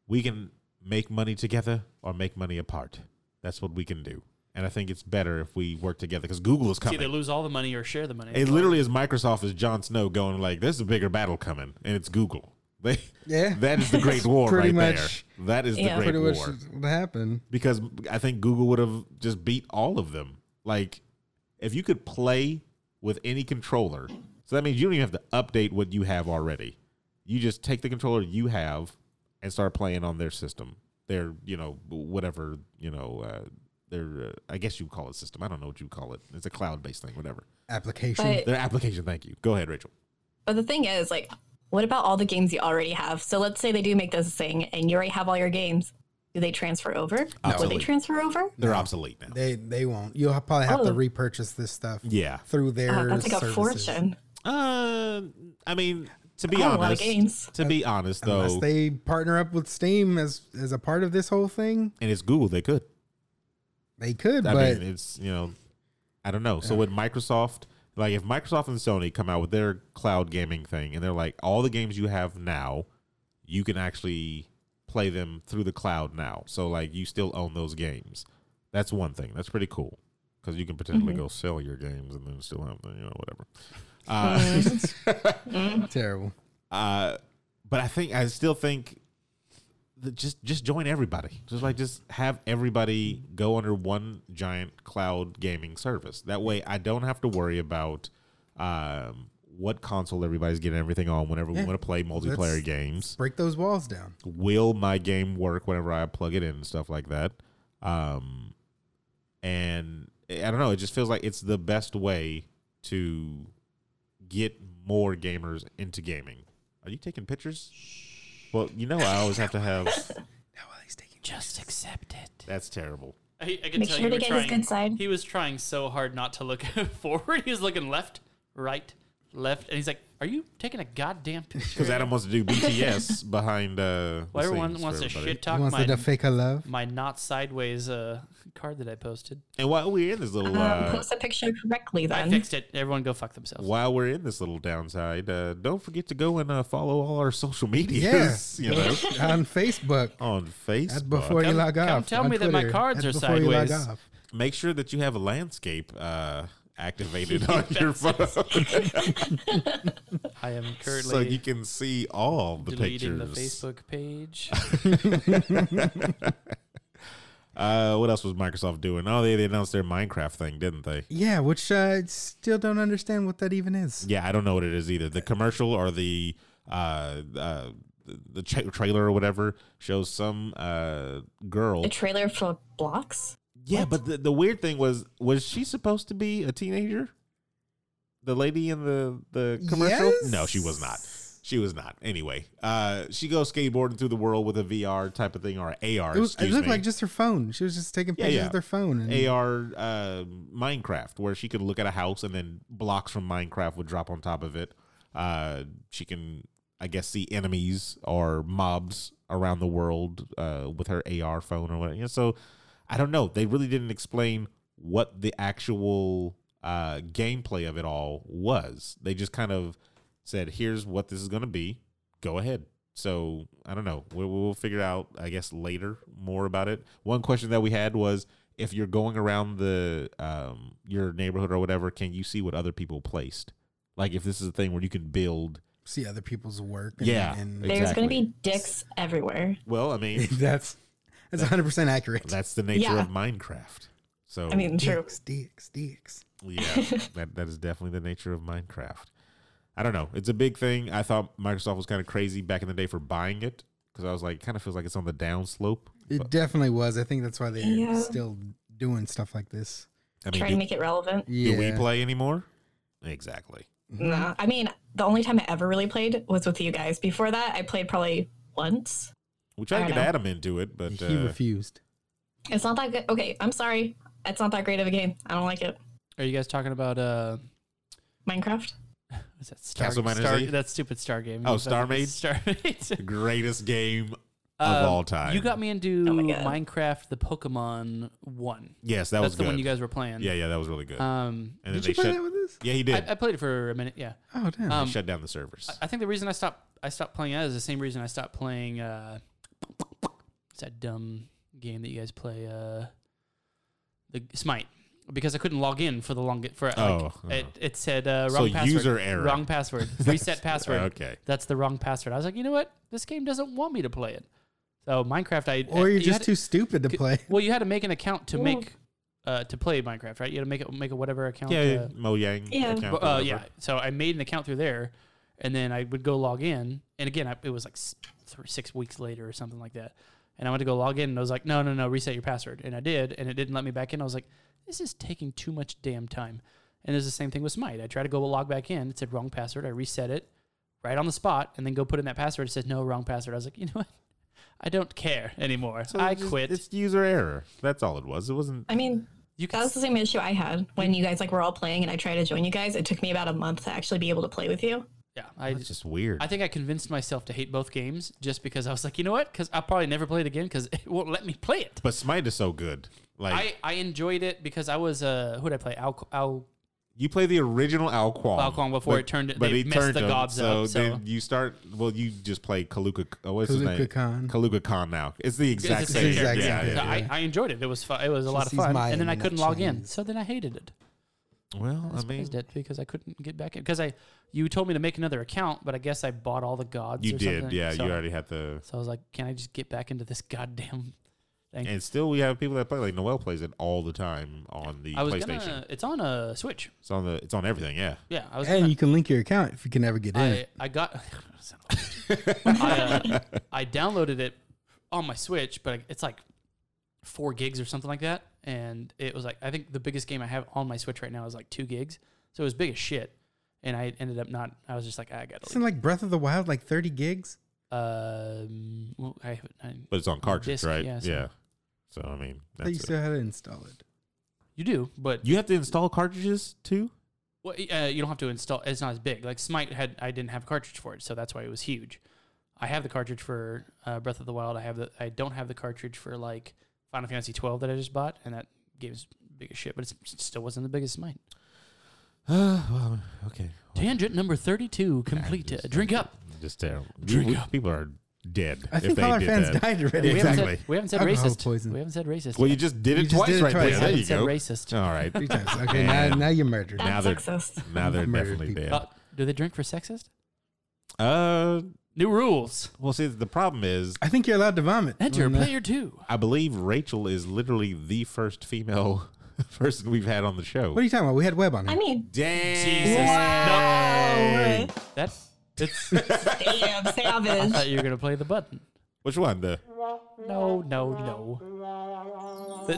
we can make money together or make money apart. That's what we can do." And I think it's better if we work together because Google is
It's either
coming.
lose all the money or share the money.
It literally is Microsoft as Jon Snow going like, "There's a bigger battle coming, and it's Google." They,
Yeah.
that is the Great War
Pretty
right
much.
there. That is
Yeah.
the Great
Pretty
War
much is what happened.
because I think Google would have just beat all of them. Like, if you could play with any controller, so that means you don't even have to update what you have already. You just take the controller you have and start playing on their system. Their, you know, whatever, you know, uh, their, uh, I guess you would call it system. I don't know what you call it. It's a cloud based thing, whatever.
Application.
But
Their application, thank you. Go ahead, Rachel.
But the thing is, like, what about all the games you already have? So let's say they do make this a thing and you already have all your games. Do they transfer over? Would they
Absolutely.
transfer over?
They're obsolete now.
They they won't. You'll ha- probably have to
Oh.
repurchase this stuff.
Yeah.
Through their
Uh, that's like a
services.
fortune.
Uh, I mean, to be
I
honest,
own a lot of games.
to be honest though,
Unless they partner up with Steam as as a part of this whole thing,
and it's Google, they could.
they could.
I
but
mean, it's you know, I don't know. So with Microsoft, like if Microsoft and Sony come out with their cloud gaming thing, and they're like, all the games you have now, you can actually play them through the cloud now. So like, you still own those games. That's one thing. That's pretty cool because you can potentially go sell your games and then still have them, you know, whatever. Uh,
Terrible.
uh, but I think I still think that just just join everybody. Just like just have everybody go under one giant cloud gaming service. That way, I don't have to worry about um, what console everybody's getting everything on whenever we
Yeah.
want to play multiplayer
That's-
games.
Break those walls down.
Will my game work whenever I plug it in and stuff like that? Um, and I don't know. It just feels like it's the best way to get more gamers into gaming. Are you taking pictures? Well, you know, I always have to have.
Just accept it.
That's terrible.
I, I can
Make
tell
sure
you
to
were
get
trying,
his good side.
He was trying so hard not to look forward. He was looking left, right, left, and he's like, "Are you taking a goddamn picture?"
Because Adam wants to do BTS behind. Uh,
Well,
the
everyone
scenes
wants
for
to
everybody.
shit
He
talk
wants
my
to fake a love.
my not sideways uh, card that I posted.
And while we're in this little,
Um,
Uh-huh.
uh,
post the picture correctly
I
then.
fixed it. Everyone go fuck themselves.
while we're in this little downside, uh, don't forget to go and uh, follow all our social medias. You know,
on Facebook.
on
At
Facebook.
before you
Come-
log
come
off.
tell
on
me that my
Twitter,
cards
at
are
before you log
sideways.
off.
Make sure that you have a landscape uh, activated on your phone,
I am currently
so you can see all the
deleting
pictures.
the Facebook page.
Uh, what else was Microsoft doing? Oh, they, they announced their Minecraft thing, didn't they?
Yeah, which uh, I still don't understand what that even is.
Yeah, I don't know what it is either. The commercial or the uh, uh, the tra- trailer or whatever shows some uh, girl.
A trailer for blocks?
yeah, but the, the weird thing was, was she supposed to be a teenager? The lady in the the commercial? No, she was not.
Yes.
She was not. Anyway, uh, she goes skateboarding through the world with a VR type of thing or an AR.
It, was, it
excuse
looked
me.
like just her phone. She was just taking
Yeah,
pictures
yeah.
with her phone. And
AR uh, Minecraft, where she could look at a house and then blocks from Minecraft would drop on top of it. Uh, she can, I guess, see enemies or mobs around the world uh, with her AR phone or whatever. You know, so I don't know. They really didn't explain what the actual uh, gameplay of it all was. They just kind of said, "Here's what this is going to be. Go ahead." So I don't know. We'll, we'll figure out, I guess, later more about it. One question that we had was if you're going around the um, your neighborhood or whatever, can you see what other people placed? Like if this is a thing where you can build.
see other people's work. And,
Yeah.
and
There's going to
Exactly.
be dicks everywhere.
Well, I mean,
that's that's 100% accurate.
that's the nature
Yeah.
of Minecraft. So
I mean, true.
DX, DX, DX.
Yeah, that, that is definitely the nature of Minecraft. I don't know. It's a big thing. I thought Microsoft was kind of crazy back in the day for buying it because I was like, kind of feels like it's on the downslope.
It definitely was. I think that's why they're
Yeah.
still doing stuff like this.
I
Try
mean,
to
do,
make it relevant.
Yeah.
do we play anymore? Exactly.
Mm-hmm.
No, I mean, the only time I ever really played was with you guys. Before that, I played probably once.
We tried to
I
get
know.
Adam into it, but
he
uh,
refused.
It's not that good. Okay, I'm sorry. It's not that great of a game. I don't like it.
Are you guys talking about uh?
Minecraft?
What's that Star,
Castle Miners
Star,
Eve?
that stupid Star game?
Oh,
What was that?
Starmaid?
Starmaid.
the greatest game.
Um,
all time.
You got me into
Oh my God.
Minecraft, the Pokemon one.
Yes, that
That's
was
the
good.
one you guys were playing.
yeah, yeah, that was really good.
Um,
and then
Did
they
you play
shut.
that with us?
yeah, he did.
I, I played it for a minute. Yeah.
Oh, damn.
Um,
shut down the servers.
I think the reason I stopped I stopped playing that is the same reason I stopped playing uh it's that dumb game that you guys play uh the Smite because I couldn't log in for the long for like,
Oh, oh.
it it said uh,
So
wrong password
user error.
wrong password reset password
okay.
that's the wrong password I was like you know what this game doesn't want me to play it so Minecraft I
or
you
you're just
had
too stupid to
to-
play.
well you had to make an account to make uh to play Minecraft right you had to make it make a whatever account
Yeah,
uh,
yeah, Mo Yang.
Yeah.
account
but, uh,
or
yeah.
whatever.
So I made an account through there, and then I would go log in, and again I, it was like s- three, six weeks later or something like that. And I went to go log in, and I was like, no, no, no, reset your password, and I did, and it didn't let me back in. I was like, this is taking too much damn time. And it's the same thing with Smite. I tried to go log back in, it said wrong password. I reset it right on the spot, and then go put in that password. It said no, wrong password. I was like, you know what? I don't care anymore.
So
I
it's just-
quit.
It's user error. That's all it was. It wasn't.
I mean,
you
that
can
was the same issue I had when you guys like were all playing and I tried to join you guys. It took me about a month to actually be able to play with you.
yeah. I
It's just weird.
I think I convinced myself to hate both games just because I was like, you know what? Because I'll probably never play it again because it won't let me play it.
But Smite is so good. Like
I, I enjoyed it because I was uh who did I play? Al Al
You play the original Alquan.
Alquan before it turned- they messed the gobs
so
up, so-
then you start. Well, you just play Kaluka. Oh, what's his
Kaluka
name?
Khan.
Kaluka Khan. Now it's the
It's
exact
the
same.
same
exact
character.
same
yeah,
thing.
So
yeah,
I, I enjoyed it. It was fun. It was a lot of
he's
fun.
Mayan
And then I
and not
couldn't log in,
Chinese.
so then I hated it.
yeah. Well, I mean,
Praised it because I couldn't get back in. Because I, you told me to make another account, but I guess I bought all the gods.
you
or
did.
something.
Yeah,
So-
you already had the.
So I was like, can I just get back into this goddamn thing?
And still, we have people that play. Like Noel plays it all the time on the
I was
PlayStation.
gonna. It's on a Switch.
It's on the. It's on everything. Yeah.
Yeah, I was.
And
gonna,
you can link your account if you can ever get in.
I, I got. I, uh, I downloaded it on my Switch, but it's like four gigs or something like that. And it was like I think the biggest game I have on my Switch right now is like two gigs, so it was big as shit. And I ended up not. I was just like, "Ah, I gotta.
Isn't like Breath of the Wild like 30 gigs?
Leave. Um, well, I haven't. I,
But it's on cartridge,
Disc,
right?
yeah, so-
yeah. So I mean,
I thought you
that's it.
still had to install it.
you do, but
you have to install cartridges too.
Well, uh, you don't have to install. It's not as big. Like Smite had, I didn't have a cartridge for it, so that's why it was huge. I have the cartridge for uh, Breath of the Wild. I have the. I don't have the cartridge for like Final Fantasy twelve that I just bought, and that game's big as shit. But it's, it still wasn't the biggest Smite.
Oh,
well, okay.
Tangent number thirty-two complete.
just-
Drink up.
Just terrible.
Drink
We-
up.
People are dead.
I
if
think
they
all our
did
fans
that.
died already.
We haven't said-
Exactly.
We haven't said,
Alcohol
racist.
poison.
We haven't said racist.
Well, you just did it
You just
twice
did it
right
twice.
there.
I
There
haven't
you
said
go.
racist.
All right.
Three times. Okay, now,
Man.
now you're murdered.
Now
That's
they're-
sexist.
Now they're
Murdered
definitely
people.
dead.
Uh, do they drink for sexist?
Uh,
New rules.
well, see, the problem is,
I think you're allowed to vomit.
Enter
on the-
player two.
I believe Rachel is literally the first female person we've had on the show.
What are you talking about? We had web on
I
Mm-hmm.
it.
mean,
Jesus.
Damn.
wow.
That. It's. I
Damn, savage.
thought you were gonna play the button.
Which one? The
No, no, no.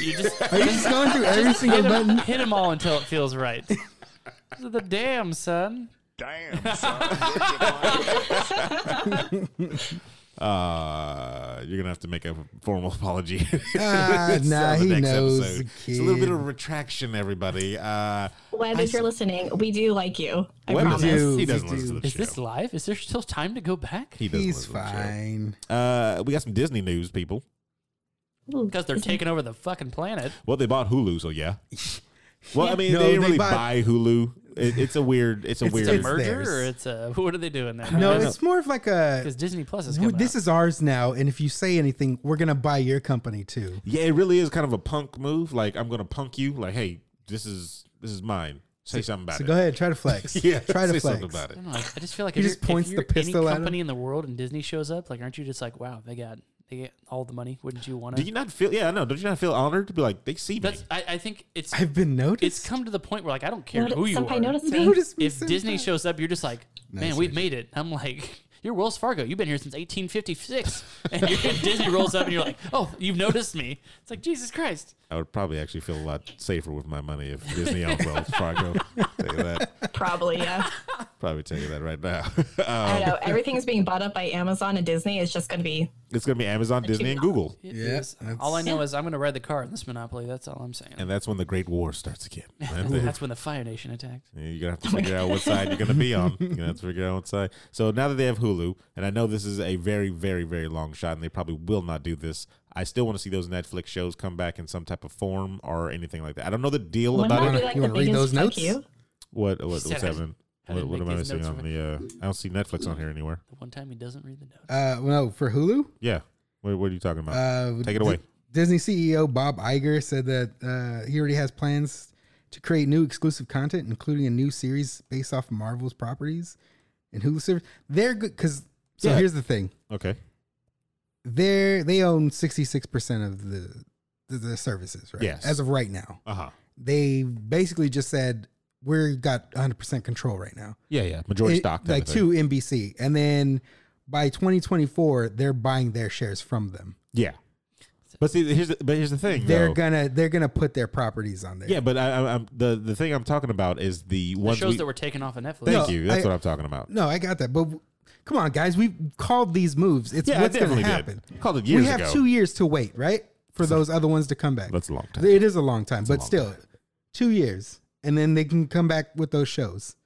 you just
Are you just going through every single
hit 'em-
button?
hit them all until it feels right. Those are the damn son.
Damn, son. Where'd you find it?
uh, you're gonna have to make a formal apology.
Ah, nah,
on the
he
next
knows.
episode.
the
It's a little bit
kid.
of retraction, everybody. Uh,
Web,
I
if you're
s-
listening, we do like you. I
Webb
promise.
doesn't-
do,
He
we
doesn't listen
do.
to the
Is
show.
this live? Is there still time to go back?
he doesn't
He's
listen to the show.
fine.
Uh, we got some Disney news, people.
Ooh,
Because they're taking over the fucking planet.
Well, they bought Hulu, so yeah. Well, I mean,
No,
they didn't
they
really
bought-
buy Hulu. It, it's a weird. It's a
It's-
weird.
It's a merger
theirs.
or it's a what are they doing there?
No, it's more of like a.
because Disney Plus is
"No,
coming.
This
out.
is ours now, and if you say anything, we're gonna buy your company too.
yeah, it really is kind of a punk move. Like I'm gonna punk you. Like, hey, this is this is mine. Say something about
So
it.
go ahead, try to flex.
Yeah,
try
say
to flex.
something about
I
it.
don't know, I just feel like
He
if
just
you're,
points
if
the
you're
pistol
any
at
company in the world and Disney shows up, like, aren't you just like, wow, they got they get all the money? Wouldn't you want
Do
to?
you not feel? Yeah, I know. Don't you not feel honored to be like they see me?
That's I, I think it's
I've been
it's
noticed.
come to the point where like I don't care
Noti-
who you
Senpai
are.
noticed me.
noticed me
if
so
Disney
much.
shows up, you're just like, man,
Nice
we've made it. I'm like, you're Wells Fargo. You've been here since 1856, and you're, Disney rolls up, and you're like, oh, you've noticed me. It's like Jesus Christ.
I would probably actually feel a lot safer with my money if Disney owned Wells Fargo. tell you that.
Probably, yeah.
Probably tell you that right now.
I
um,
know. Everything's being bought up by Amazon and Disney. It's just going to be.
it's gonna be Amazon, Disney, and Google,
It
Yeah,
is- all I
that's-
know is I'm going to ride the car in this monopoly. That's all I'm saying.
and that's when the Great War starts again. That's it.
That's when the Fire Nation attacked.
Yeah, You're gonna
Oh
have to figure out what side you're gonna be on. You're gonna have to figure out what side. So now that they have Hulu, and I know this is a very, very, very long shot, and they probably will not do this. I still want to see those Netflix shows come back in some type of form or anything like that. I don't know the deal
Wouldn't
about
that
wanna-
it.
be like
you
the
wanna read
biggest
those
fuck
notes?
you?
What, what what's
said I-
happening?
I
What,
didn't
what
make
am I
these
missing
notes
on the? Uh, I don't see Netflix on here anywhere.
The one time he doesn't read the note.
Uh, no, for Hulu.
Yeah, what, what are you talking about?
Uh,
Take it
Di-
away.
Disney CEO Bob Iger said that uh, he already has plans to create new exclusive content, including a new series based off Marvel's properties and Hulu service. They're good because so
Yeah.
here's the thing:
okay,
they're they own sixty six percent of the, the the services, right?
Yes.
As of right now,
uh
Uh-huh.
huh.
they basically just said we've got one hundred percent control right now.
Yeah, yeah. Majority
It-
stock,
like
two.
to NBC, and then by twenty twenty four, they're buying their shares from them.
Yeah, but see, here's the, but here's the thing.
They're
though.
gonna they're gonna put their properties on there.
Yeah, but I, I, I'm the the thing I'm talking about is the
The
ones
shows
we,
that were taken off of Netflix.
Thank
No,
you. That's
I-
what I'm talking about.
No, I got that. But w- come on, guys, we've called these moves. It's
Yeah, I
what's going
definitely
to
did.
happen.
Called it years
We have
ago.
two years to wait, right, for those other ones to come back.
That's a long time.
It is a long time,
a
but
long
still, two years, and then they can come back with those shows.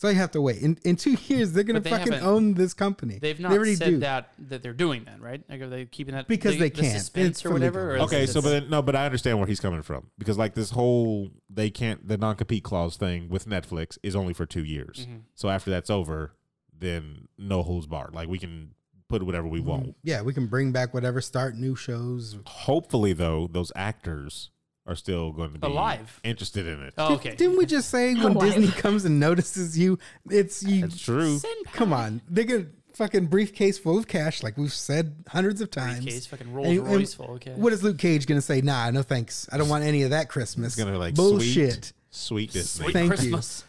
So you have to wait. In in two years, they're gonna
But they
fucking
haven't-
own this company.
They've
They
not
already
said
do.
that that they're doing that, right? Like, are they keeping that
Because
the,
they
the
can't.
suspense
It's
or whatever? Or
illegal.
is
Okay,
it
so
just-
but no, but I understand where he's coming from because like this whole they can't the non compete clause thing with Netflix is only for two years.
Mm-hmm.
So after that's over, then no holds barred. Like we can put whatever we
Mm-hmm.
want.
Yeah, we can bring back whatever, start new shows.
Hopefully, though, those actors are still going to be
Alive.
interested in it.
oh, okay.
Didn't we just say when
Why?
Disney comes and notices you, it's you?
That's true.
Come on, they get a fucking briefcase full of cash, like we've said hundreds of times.
Briefcase, fucking
And-
Rolls
and
Royce full. Okay.
What is Luke Cage gonna say? Nah, no thanks. I don't want any of that Christmas.
It's gonna be like
bullshit.
Sweet, sweet
Sweet
Disney, sweet,
Thank you.
Christmas.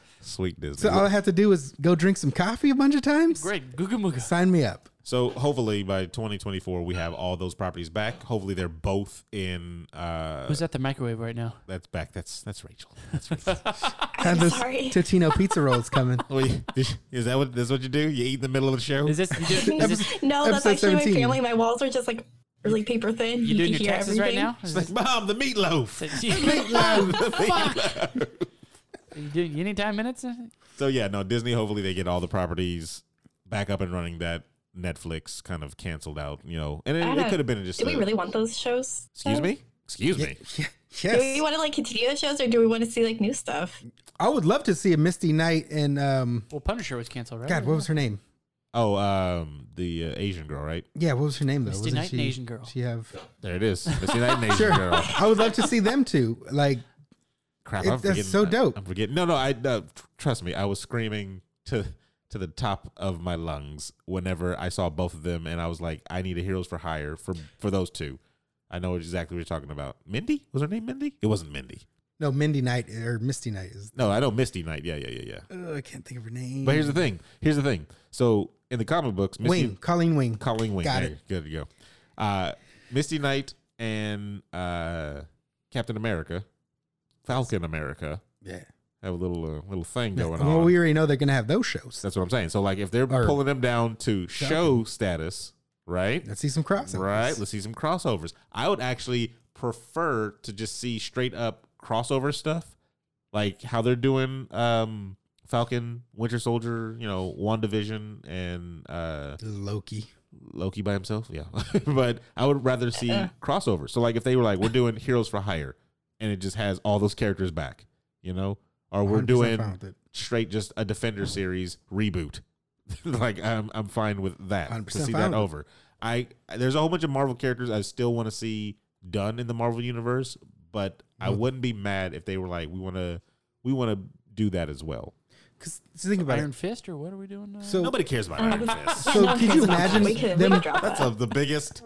Disney.
So all I have to do is go drink some coffee a bunch of times.
Great. Googa Mooga.
Sign me up.
So hopefully by 2024 we have all those properties back. Hopefully they're both in. uh
Who's at the microwave right now?
That's back. That's that's Rachel. That's Rachel.
Have those
sorry.
Totino pizza rolls coming.
Well, you- did- is that what that's what you do? You eat in the middle of the show.
Is
Oh.
this you do, is this,
No, that's
Episode 17.
actually my family. My walls are just like really paper thin.
you doing
can
your
hear
taxes right
everything.
now? Is
It's like, Mom, the meatloaf.
this- Oh, Fuck. Are you doing any time minutes?
So yeah, no Disney. Hopefully they get all the properties back up and running that Netflix kind of canceled out. You know, and it,
I
it
don't-
could have been just.
Do we
a-
really want those shows?
Excuse
though?
me. Excuse me.
Do we
Yes,
want to like continue the shows, or do we want to see like new stuff?
I would love to see a Misty Knight and um,
Well, Punisher was canceled, right?
God, what was her name?
Oh, um, the uh, Asian girl, right?
Yeah, what was her name though?
Misty
Wasn't
Knight and
she-
Asian Girl.
She have.
There it is. Let's see that Asian girl.
I would love to see them too. Like
Crap,
It-
I'm
that's
forgetting.
so dope.
I, am forgetting. No, no, I no, tr- trust me. I was screaming to to the top of my lungs whenever I saw both of them, and I was like, I need a Heroes for Hire for for those two. I know exactly what you're talking about. Mindy was her name. Mindy. It wasn't Mindy.
no, Mindy Knight or Misty Knight is.
No, I know Misty Knight. Yeah, yeah, yeah, yeah.
Oh, I can't think of her name.
But here's the thing. Here's the thing. So in the comic books, Misty,
Wing, Colleen Wing.
Colleen Wing.
Got
there,
it.
Good to go. Uh, Misty Knight and uh, Captain America, Falcon America
yeah.
have a little uh, little thing going
Well,
on.
we already know they're gonna have those shows.
That's what I'm saying. So like if they're
Or-
pulling them down to show status, right?
Let's see some crossovers.
Right. Let's see some crossovers. I would actually prefer to just see straight up crossover stuff, like how they're doing um Falcon, Winter Soldier, you know, WandaVision and uh
Loki.
Loki by himself. Yeah. but I would rather see crossovers. So like if they were like, we're doing Heroes for Hire and it just has all those characters back, you know? Or we're
100%
doing
fine with it.
straight just a Defender series reboot. like I'm I'm fine with that. To
100%
see
fine
that
with it.
over. I there's a whole bunch of Marvel characters I still want to see done in the Marvel universe, but I wouldn't be mad if they were like, we wanna we wanna do that as well.
Because think about
Iron
it.
Fist or what are we doing? Uh, Now?
So,
Nobody cares about Iron Fist.
so could you
We
imagine
can, we
them?
can drop
That's
that.
of the biggest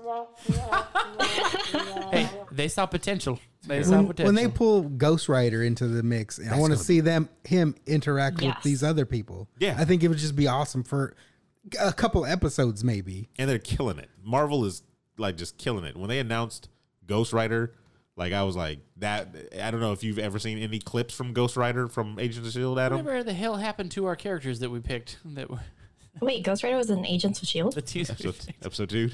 hey, they saw potential. They saw
When,
potential.
when they pull Ghost Rider into the mix, I want to see them him interact with
Yes.
these other people.
Yeah.
I think it would just be awesome for a couple episodes, maybe.
and they're killing it. Marvel is like just killing it. When they announced Ghost Rider, like I was like that. I don't know if you've ever seen any clips from Ghost Rider from Agents of Shield, E Adam.
Whatever the hell happened to our characters that we picked? That were
Wait, Ghost Rider was an Agents of Shield.
the two.
Episode, episode two,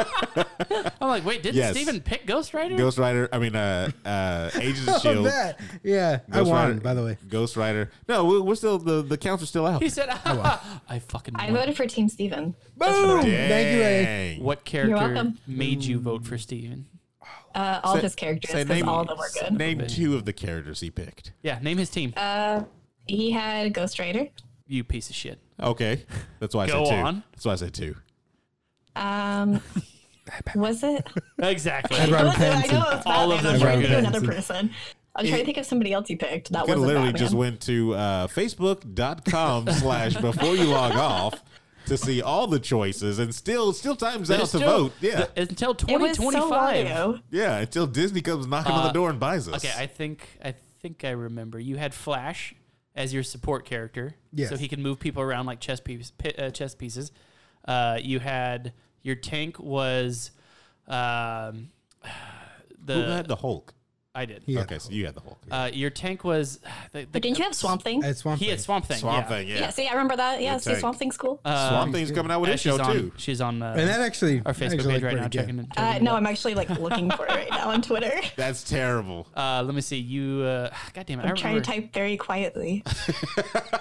I'm like, wait, didn't
Yes.
Steven pick Ghost Rider?
Ghost Rider. I mean, uh, uh, Agents of
Oh,
Shield.
that. Yeah, I
Ghost
won.
Rider-
By the way,
Ghost Rider. No, we're, we're still the the counts are still out.
he said,
Oh,
I fucking.
I
won."
voted for Team Steven.
boom! Thank you, A.
Dang.
What character
welcome.
made you vote for Steven?
Uh, all of his characters,
Say
because all of them were good.
Name two of the characters he picked.
Yeah, name his team.
Uh, He had Ghost Rider.
you piece of shit.
Okay, that's why I
Go
said two.
on.
That's why I said two.
Um, was it?
Exactly.
I'd rather-
was it? I know it was
All of
Batman.
them
I'm
were
trying to
good.
think of another person. I'm trying to think of somebody else he picked. That
could
was
literally
Batman.
just went to uh, facebook.com slash before you log off to see all the choices and still still times out to
Still,
vote. Yeah.
the- until
It was so long
2025.
ago.
yeah, until Disney comes knocking on the door and buys us.
Uh, okay, I think I think I remember. You had Flash as your support character,
Yes.
so he can move people around like chess piece, pi- uh, chess pieces. Uh, you had your tank was um,
Who had
the
the Hulk?
I did.
Yeah.
Okay, so you had the Hulk.
Uh, your tank was. The, the,
But didn't you have Swamp Thing?
At Swamp
he had
Thing.
Swamp Thing.
Swamp
yeah. Uh,
Thing, yeah.
yeah. see, I remember that. Yeah,
Good
see,
take.
Swamp Thing's cool.
Swamp Thing's coming out with
Yeah,
his show
she's on,
too.
She's on uh,
and that actually
our Facebook
actually
page
looked
right now.
pretty
Checking
good.
it.
uh,
checking it
no,
out.
I'm actually like looking for it right now on Twitter.
That's terrible.
Uh, let me see. You. Uh, God damn it! I
I'm trying to
remember.
type very quietly.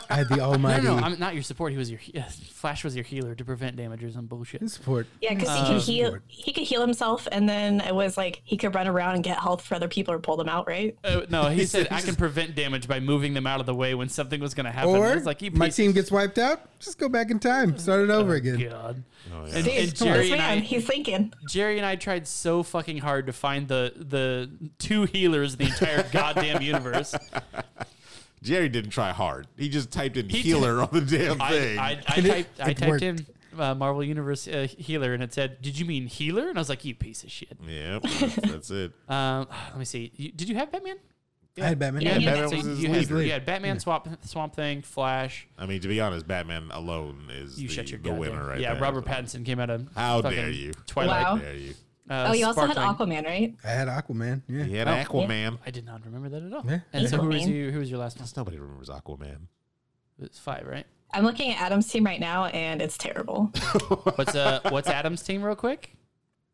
I had the
No,
almighty
no, no, I'm not your support. He was your he- Flash was your healer to prevent damage or some bullshit.
support.
Yeah, because
Uh,
he could heal. He could heal himself, and then it was like he could run around and get health for other people or pull them out. Right?
Uh, no, he said I can prevent damage by moving them out of the way when something was going to happen.
Or
it's like he Uh,
my team gets wiped out. Just go back in time. Start it over again.
God.
Oh,
and,
yeah.
and
This
Jerry and
man,
I,
he's thinking.
Jerry and I tried so fucking hard to find the the two healers in the entire goddamn universe.
Jerry didn't try hard. He just typed in
He
healer on the damn
I,
thing.
I, I
And it-
typed I
it
typed
worked.
in uh, Marvel Universe uh, healer and it said, "Did you mean healer?" And I was like, "You piece of shit."
yep, that's, that's it.
Um, let me see. You, did you have Batman?
I had Batman.
Yeah,
you,
Batman
had, so
was his
you, had,
leader.
you had Batman, Swamp, Swamp Thing, Flash.
I mean, to be honest, Batman alone is
You
the,
shut your
the
goddamn-
winner right
Yeah,
there.
Robert Pattinson came out of
How
fucking
dare you?
Twilight.
Wow.
How dare you?
Uh,
Oh, you also had
Sparkling.
Aquaman, right?
I had Aquaman. Yeah.
He had Aquaman.
I did not remember that at all.
Yeah.
And so who was
Aquaman.
you? Who was your last one?
Nobody remembers Aquaman.
It's five, right?
I'm looking at Adam's team right now, and it's terrible.
What's uh What's Adam's team, real quick?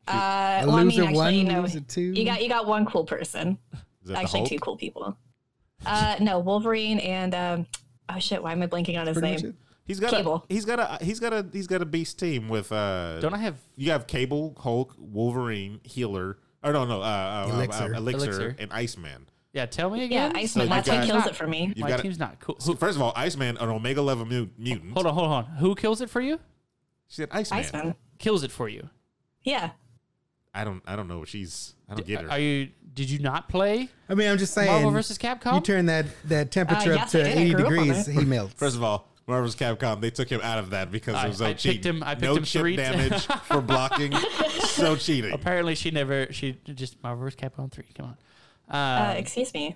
Uh,
A
well, I mean,
loser
actually,
one,
no.
loser two.
You got you got one cool person.
Is that
Actually,
the
two
Hulk?
cool people. Uh, no, Wolverine and um, oh shit, why am I blanking on his
Pretty much
name?
it.
He's got
Cable.
a he's got a he's got a he's got a beast team with uh
Don't I have?
you have Cable, Hulk, Wolverine, Healer, or no no uh, uh, uh,
Elixir.
uh, Elixir,
Elixir.
and Iceman.
Yeah, tell me
Yeah,
again.
Iceman.
you
That's
got-
what kills it for me.
You've
My
got a-
team's not cool. Who,
First of all, Iceman, an Omega level mu- mutant.
hold on, hold on. Who kills it for you?
She said Iceman.
Iceman.
Kills it for you.
Yeah.
I don't I don't know. She's I don't get her.
Are you? Did you not play?
I mean, I'm just saying.
Marvel versus Capcom?
You turn that that temperature up
Uh, yes, I
to
did. I
80
grew up on
degrees,
it.
he melts.
First of all, Marvel's Capcom, they took him out of that because
I-
it was
I
so
picked
cheating.
him- I picked
no
him
chip
three t-
damage for blocking. so cheating.
Apparently, she never. She just Marvel vs. Capcom three. Come on.
Uh,
Uh,
excuse me.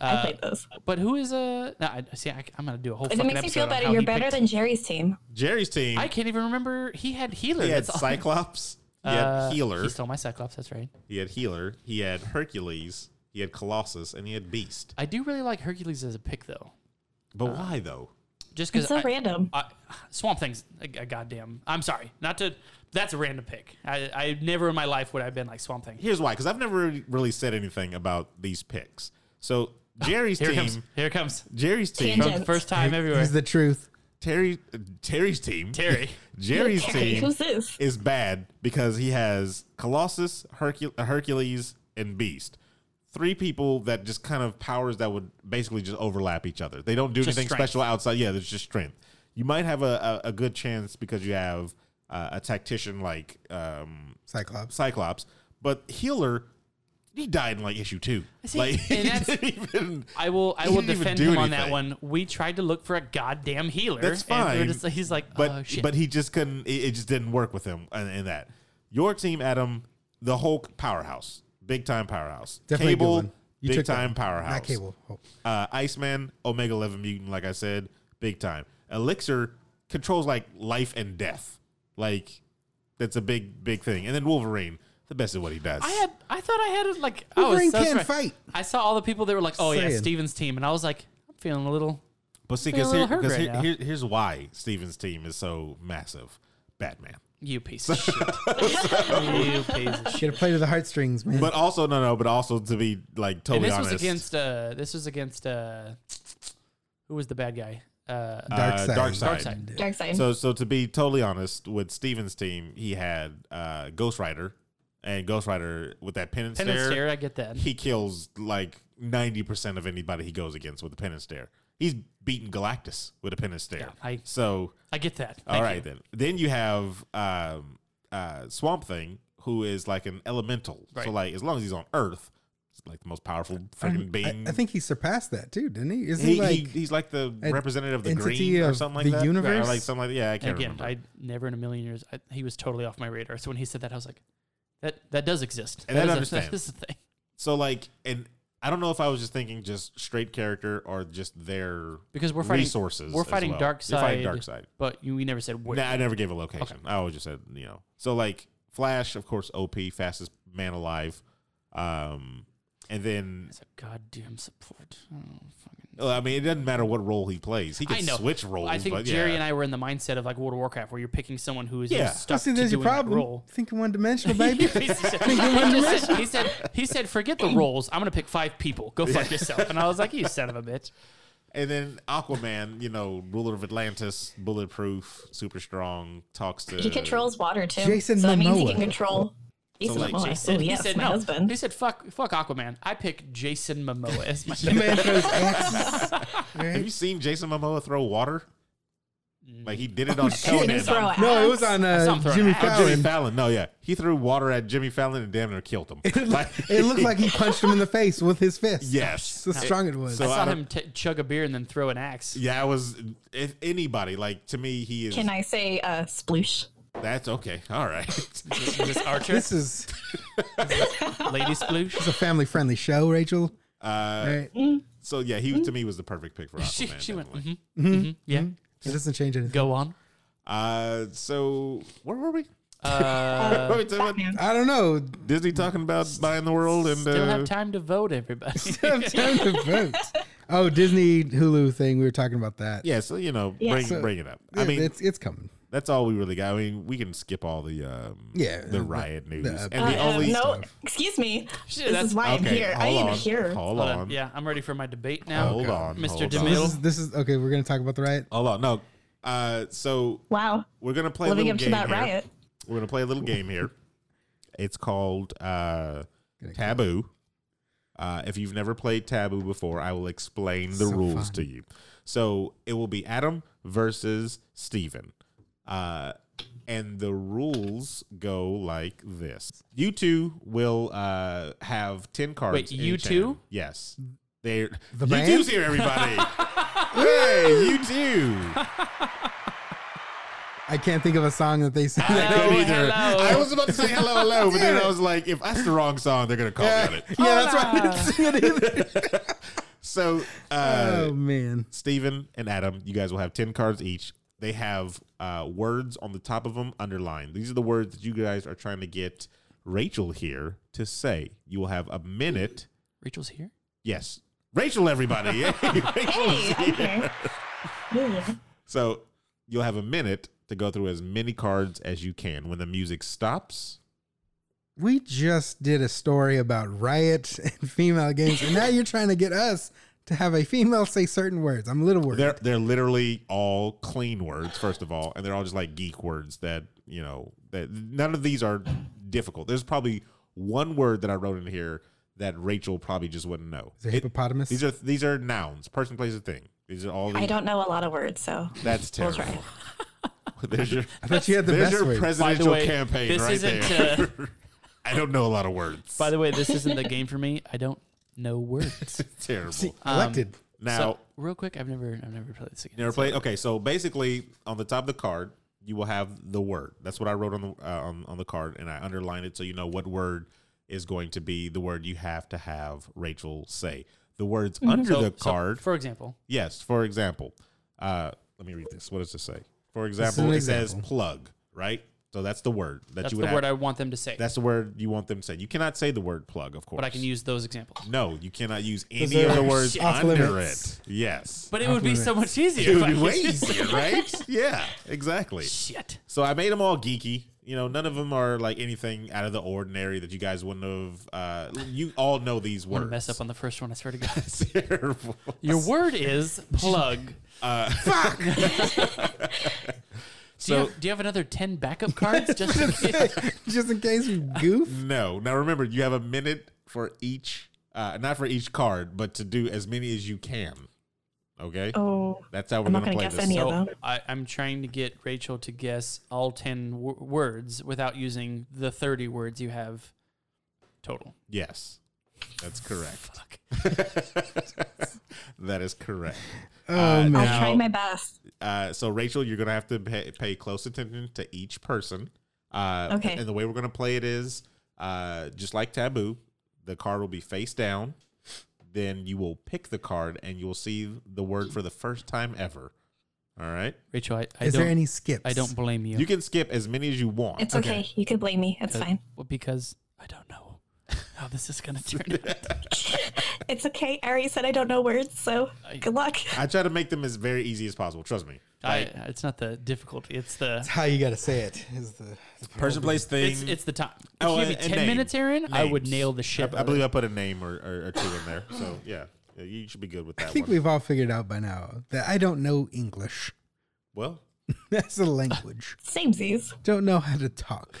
uh,
I played those.
but who is uh? No, I, see, I, I'm gonna do a whole.
If it
fucking
makes me
episode
feel
on
better,
how
you're
he
better
picked-
than Jerry's team.
Jerry's team,
I can't even remember. He had healer.
he had
that's all.
Cyclops, he had
Uh,
Healer,
He stole my Cyclops. That's right.
he had Healer, he had Hercules, he had Colossus, and he had Beast.
I do really like Hercules as a pick though.
But
Uh.
why though?
Just because
It's so random.
I, Swamp Thing's a, a goddamn. I'm sorry, not to. That's a random pick. I, I never in my life would I have been like Swamp Thing.
Here's why, because I've never really- really said anything about these picks. So Jerry's
Here it
team,
comes. Here it comes.
Jerry's team,
From
Tangent.
first time everywhere.
He's the truth.
Terry, Terry's team,
Terry.
Jerry's
Terry,
team
who's this?
is bad because he has Colossus, Hercu- Hercules, and Beast. Three people that just kind of powers that would basically just overlap each other. They don't do
Just
anything
strength.
special outside. Yeah, there's just strength. You might have a, a, a good chance because you have uh, a tactician like um,
Cyclops.
Cyclops, but Healer, he died in like issue two.
See,
like,
and that's-
even,
I will. I
he
will
didn't even
defend
do
him on that
anything.
one. We tried to look for a goddamn healer.
That's
and we were
fine.
just- he's like,
but
oh shit.
but he just couldn't. It, it just didn't work with him in, in that. Your team, Adam, the Hulk powerhouse, big time powerhouse.
Definitely a good
Cable,
one. You
big
took that
time
one.
powerhouse.
Not cable. Oh.
Uh, Iceman, Omega Eleven mutant, like I said, big time. Elixir controls like life and death. Like that's a big big thing. And then Wolverine, the best at what he does.
I had. I thought I had it like.
Wolverine
I was,
can
that's right.
fight.
I saw all the people that were like, oh yeah,
Saying.
Steven's team, and I was like, I'm feeling a little.
but see,
Feeling
because
a
here,
little hurt
'cause
right
here-
now.
here- here's why Steven's team is so massive. Batman.
You piece of shit. you piece of shit.
Get a play to the heartstrings, man.
But also, no, no. But also, to be like
And
totally
this
honest,
was against uh this was against uh who was the bad guy? Uh
Dark
uh,
side.
Darkseid.
Darkseid.
Dark side.
So, so to be totally honest, with Steven's team, he had uh, Ghost Rider, and Ghost Rider with that pen and,
Penn and
stare,
Stare, I get that.
he kills like ninety percent of anybody he goes against with a pen and stare. He's beaten Galactus with a pen and stare.
Yeah, I-
so,
I get that. Thank
all right
you.
then. Then you have um, uh, Swamp Thing, who is like an elemental.
Right.
So, like as long as he's on Earth, he's like the most powerful freaking being.
I, I think he surpassed that too, didn't he? Isn't
He,
he like
he, he's like the
an
representative of the
entity
green or
of
something like
the
that. Or
universe?
like something like that. Yeah, I can't
Again,
remember.
I never in a million years I, he was totally off my radar. So when he said that I was like that that does exist.
And I
is a-
understand.
that is a thing.
So like, and I don't know if I was just thinking just straight character or just their
Because we're fighting
resources.
We're
as
fighting
well.
dark side.
You're fighting dark side.
But you we never said where
Nah, I never gave a location. I always just said you know. So like Flash, of course, OP, fastest man alive. Um, And then,
It's a goddamn support. Oh, fucking.
well, I mean, it doesn't matter what role he plays. He
I
can
know.
switch roles.
I think
but
Jerry
yeah.
and I were in the mindset of like World of Warcraft, where you're picking someone who is
Yeah.
just stuck
see,
to
there's your
doing that
problem.
role.
Thinking one dimensional, baby.
he, said, he just said, he said, he said, forget the roles. I'm gonna pick five people. Go fuck yourself. And I was like, you son of a bitch.
And then Aquaman, you know, ruler of Atlantis, bulletproof, super strong, talks to.
He controls water too.
Jason
so that means he
Momoa.
can control. Jason
like
Momoa.
Jason,
oh, yes,
he said
my
no.
husband.
He said, fuck, fuck Aquaman. I pick Jason Momoa as my.
The man throws axes.
Have you seen Jason Momoa throw water? Like he did it
Oh,
on
He
Conan.
can throw axe.
No, it was on
That's not
uh,
throwing
Jimmy
an axe.
Oh, Jimmy
Fallon.
Fallon. No, yeah, he threw water at Jimmy Fallon and damn near killed him. Like-
It looked like he punched him in the face with his fist.
yes.
That's how strong it was.
So
I
I
saw
don't-
him t- chug a beer and then throw an axe.
Yeah, I was. If anybody, like to me, he is.
Can I say uh, sploosh?
That's okay. All right.
Is this Archer?
this is
Lady Sploosh?
a family friendly show, Rachel.
Uh,
Right?
So yeah, he to me was the perfect pick for Aquaman.
She, she went,
definitely.
mm-hmm, yeah,
"Hmm?"
It doesn't change anything.
go on.
Uh, so where were we?
Uh,
Were we talking about
Batman.
I don't know.
Disney talking about buying the world and
still
uh,
have time to vote, everybody.
Have time to vote. Oh, Disney Hulu thing. We were talking about that.
yeah. So you know,
Yeah.
bring
So-
bring it up.
Yeah,
I mean,
it's it's coming.
that's all we really got. I mean, we can skip all the um,
Yeah,
the
the-
riot news
the-
and the
Uh,
only
no, excuse me.
Shit,
This
that's-
is why I'm
okay,
here. I
hold
am
on,
here.
Hold
Hold
on,
on. Yeah, I'm ready for my debate now.
hold on,
Mr.
hold
This
DeMille.
on.
is this is okay. We're gonna talk about the riot.
Hold on, no. Uh, so
Wow.
we're gonna play a
Living
little
up to
game
that
here.
riot.
We're gonna play a little game here. It's called uh, Taboo. Uh, if you've never played Taboo before, I will explain the rules to you. So it will be Adam versus Steven. Uh, and the rules go like this. You two will uh, have 10 cards.
Wait,
in
you
each
two?
hand. Yes. They're,
The
you
band?
two's here, everybody. hey, you two.
I can't think of a song that they sing.
Hello,
Couldn't either.
hello.
I was about to say hello, hello, but then I was like, if that's the wrong song, they're gonna call me on it.
yeah, that's right. I didn't sing it either.
So, uh,
Oh man.
Steven and Adam, you guys will have ten cards each. They have uh, words on the top of them underlined. These are the words that you guys are trying to get Rachel here to say. You will have a minute.
Rachel's here.
Yes, Rachel, everybody. Hey, Rachel is
Hey, I'm here. Yeah.
So you'll have a minute to go through as many cards as you can. When the music stops,
We just did a story about riot and female games, and now you're trying to get us to have a female say certain words. I'm a little worried.
They're they're literally all clean words, first of all, and they're all just like geek words that you know that none of these are difficult. There's probably one word that I wrote in here that Rachel probably just wouldn't know.
Is it
It-
hippopotamus?
these are these are nouns, person, place, a thing. These are all. The,
I don't know a lot of words, so
That's
we'll
terrible.
try.
There's your.
I bet you had the
there's
best
your
way.
presidential
way,
campaign
this
right
isn't, uh,
there. I don't know a lot of words.
By the way, this isn't the game for me. I don't know words.
terrible.
Um,
Elected.
now,
so, real quick, I've never, I've never played this again.
Never played. Okay, so basically, on the top of the card, you will have the word. That's what I wrote on the uh, on, on the card, and I underlined it so you know what word is going to be the word you have to have Rachel say. The words
Mm-hmm.
under the card.
for example,
yes, for example, uh, let me read this. What does it say? For example,
an
it says
example.
plug. Right. So that's the word that
that's
you
the
would
word
have.
I want them to say.
that's the word you want them to say. You cannot say the word plug, of course.
but I can use those examples.
No, you cannot use any
are
of the words
shit. off
under
limits.
it. Yes.
But it would be so much easier.
It
if
would
I
be way
could just-
easier, right? Yeah, exactly.
Shit.
So I made them all geeky. You know, none of them are like anything out of the ordinary that you guys wouldn't have. Uh, you all know these
I'm
words.
gonna mess up on the first one. I swear to God.
Terrible. Uh,
Your word is plug. Do, you
So-
have, do you have another ten backup cards? Just in case?
just in case we goof.
No. Now remember, you have a minute for each, uh, not for each card, but to do as many as you can. Okay.
Oh,
That's how we're
I'm not
gonna
gonna
play
guess
this.
any of
so
Yeah,
I, I'm trying to get Rachel to guess all ten w- words without using the thirty words you have total.
Yes, that's correct.
Fuck.
that is correct.
Oh
Uh,
man.
I'll
Now-
try my best.
Uh, so Rachel, you're gonna have to pay, pay close attention to each person. Uh,
Okay.
And the way we're gonna play it is, uh, just like Taboo, the card will be face down. Then you will pick the card, and you will see the word for the first time ever. All right.
Rachel, I, I
Is
don't.
there any skips?
I don't blame you,
You can skip as many as you want. Uh,
It's okay. You can blame me. It's fine.
Well, because I don't know. how this is going to turn out.
It's okay. I already said I don't know words, so good luck.
I try to make them as very easy as possible. Trust me.
I, it's not the difficulty. It's the
How you gotta say it is the
Person, place, thing.
it's, it's the time. If
Oh,
you give me
and
ten
name.
minutes, Aaron, I would
Names.
nail the shit.
I, I believe I put a name or, or, or two in there. So yeah, Yeah, you should be good with that.
I think
one.
we've all figured out by now that I don't know English.
well.
That's a language.
Samesies.
don't know how to talk.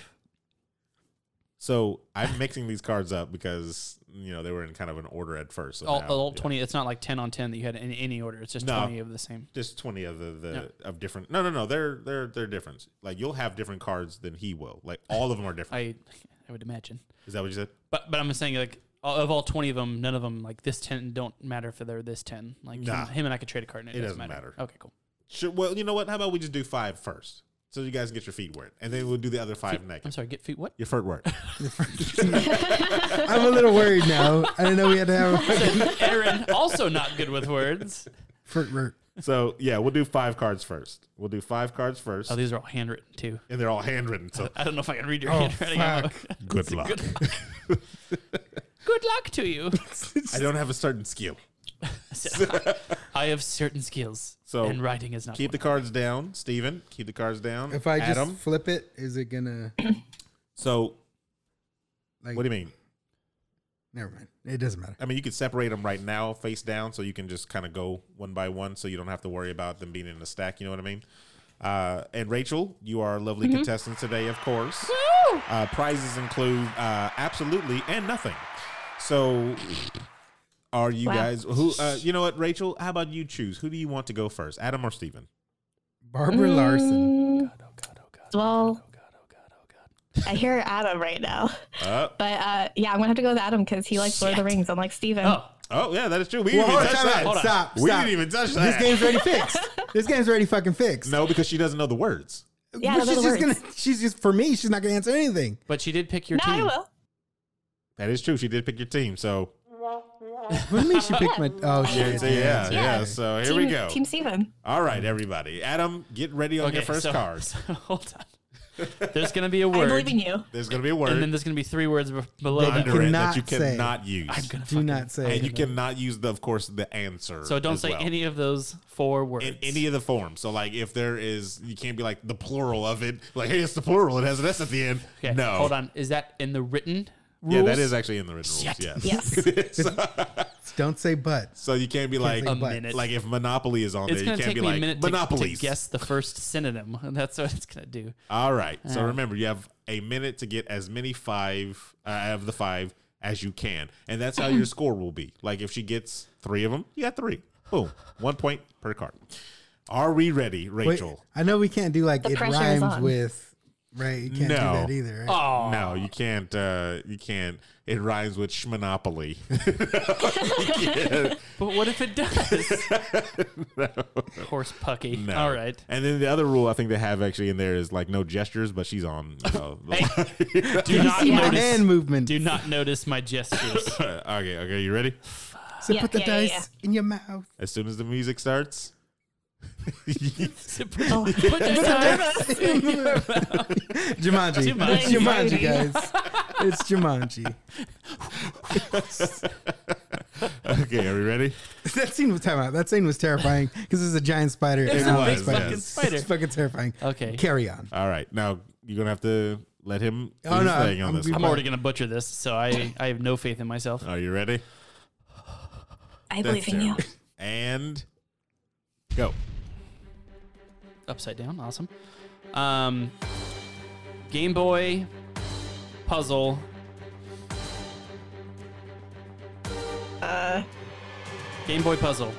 So I'm mixing these cards up because you know they were in kind of an order at first. So
all,
now,
all
yeah.
twenty. It's not like ten on ten that you had in any order. It's just
No.
twenty of the same.
just twenty of the, the of different. No, no, no. They're they're they're different. Like you'll have different cards than he will. Like all of them are different.
I I would imagine.
Is that what you said?
But but I'm saying like all- of all twenty of them, none of them like this ten don't matter if they're this ten. Like him-
Nah.
him, and I could trade a card and it, doesn't, matter. Okay, cool.
Sure. Well, you know what? How about we just do five first, so you guys get your feet wet, and then we'll do the other five next.
I'm sorry. Get feet. What?
Your foot wet.
I'm a little worried now. I didn't know we had to have a fucking
Aaron also not good with words.
fruit root.
so yeah, we'll do five cards first. We'll do five cards first,
Oh, these are all handwritten too.
and they're all handwritten. So
I don't know if I can read your
Oh,
handwriting. I'm-
fuck.
good luck.
Good luck to you.
I don't have a certain skill.
I have certain skills,
So,
and writing is not.
Keep
one.
the cards down, Steven. Keep the cards down.
If I just
Adam.
flip it, is it gonna
So
like?
what do you mean?
Never mind. It doesn't matter.
I mean, you could separate them right now, face down, so you can just kind of go one by one, so you don't have to worry about them being in the stack. You know what I mean? Uh, and Rachel, you are a lovely contestant today, of course. Uh, prizes include uh, absolutely and nothing. So, are you
Wow.
guys who? Uh, you know what, Rachel? How about you choose? Who do you want to go first, Adam or Steven?
Barbara Larson.
Well, I hear Adam right now,
Uh,
but uh, yeah, I'm gonna have to go with Adam because he likes Lord of the Rings. I'm like Steven.
Oh,
oh yeah, that is true. We
Well,
didn't
hold
even
on,
touch
time
that.
out. Stop.
We
stop.
didn't even touch
This
that.
game's already fixed. This game's already fucking fixed.
no, because she doesn't know the words.
Yeah,
But
those
she's
are
just
words.
gonna. She's just for me. She's not gonna answer anything.
but she did pick your
No,
team.
I will.
That is true. She did pick your team, so
What do you mean she picked my? Oh
yeah,
shit.
so yeah,
yeah.
yeah. So here
team,
we go.
Team Steven.
All right, everybody. Adam, get ready on your first
so,
card.
so hold on. There's gonna be a
I
word,
believe in you.
There's going to be a word
and then there's gonna be three words be- below
under
that.
it that
Cannot
you
say.
cannot use.
I'm gonna
Do
fucking-
not say.
and you cannot use, the, of course, the answer.
So don't
as
say
well.
any of those four words.
In any of the forms. So, like, if there is, you can't be like the plural of it. Like, hey, it's the plural. It has an S at the end.
Okay,
No.
Hold on. Is that in the written rules?
Yeah, that is actually in the written rules. Yes.
Yes.
Don't say but.
So you can't be like,
a
but.
minute.
like if Monopoly is on
it's
there,
gonna
you can't
take
be
me
like
a minute to- to,
Monopolies.
guess the first synonym. And that's what it's gonna do.
All right. So remember, you have a minute to get as many five uh, out of the five as you can, and that's how your score will be. Like if she gets three of them, you got three. Boom, one point per card. Are we ready,
Wait,
Rachel?
I know we can't do like
The
it
pressure is
rhymes
on.
with. Right. You can't
No.
do that either. Right?
Oh,
No, you can't. Uh, you can't. It rhymes with schmonopoly.
but what if it does? Horse pucky.
No.
All right.
And then the other rule I think they have actually in there is like no gestures, but she's on. You know,
Do not
See my
notice.
hand movement.
Do not notice my gestures.
okay. Okay. You ready?
So
Yeah,
put the
yeah, yeah,
dice in your mouth.
As soon as the music starts.
Put your time-
Jumanji.
Jumanji.
It's Jumanji, guys. It's Jumanji.
okay. Are we ready?
That scene was time out. That scene was terrifying because it's a giant spider.
It's
and
a
all
big
the
fucking
spiders.
spider.
It's fucking terrifying.
Okay.
Carry on.
All right, now you're gonna have to let him do
Oh,
his
no,
thing on
I'm-
this.
I'm
I'm
one.
already gonna butcher this, so I I have no faith in myself.
Are you ready?
I believe in you.
And go.
Upside down, awesome. Um, Game Boy puzzle.
Uh,
Game Boy puzzle.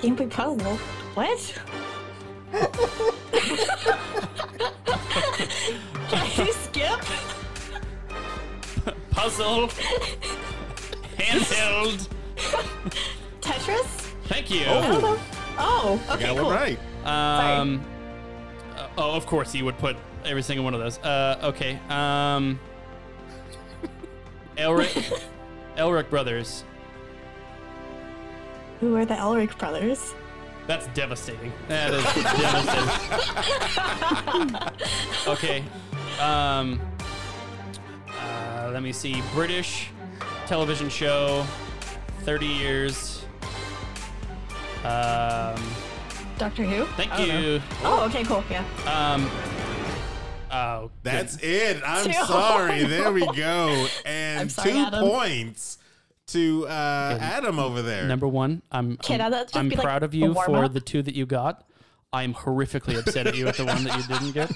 Game Boy Puzzle. What? Can you skip?
Puzzle. Handheld.
Tetris?
Thank you.
Oh,
Oh,
I
okay,
got
cool.
one right.
Um, uh, oh, of course he would put every single one of those. Uh, okay. Um, Elric, Elric Brothers.
Who are the Elric brothers?
That's devastating. That is devastating. okay. Um, uh, let me see. British television show, 30 years. Um,
Doctor Who?
thank
I don't know.
you.
Oh, okay, cool. Yeah.
Um, oh,
That's it. I'm
Two.
sorry. There we go.
I'm
And
sorry,
two
Adam.
points to uh, Adam over there.
number one, I'm
Can
I'm,
I just
I'm
be like
proud of
a
you for
warm-up?
the two that you got. I'm horrifically upset at you at the one that you didn't get.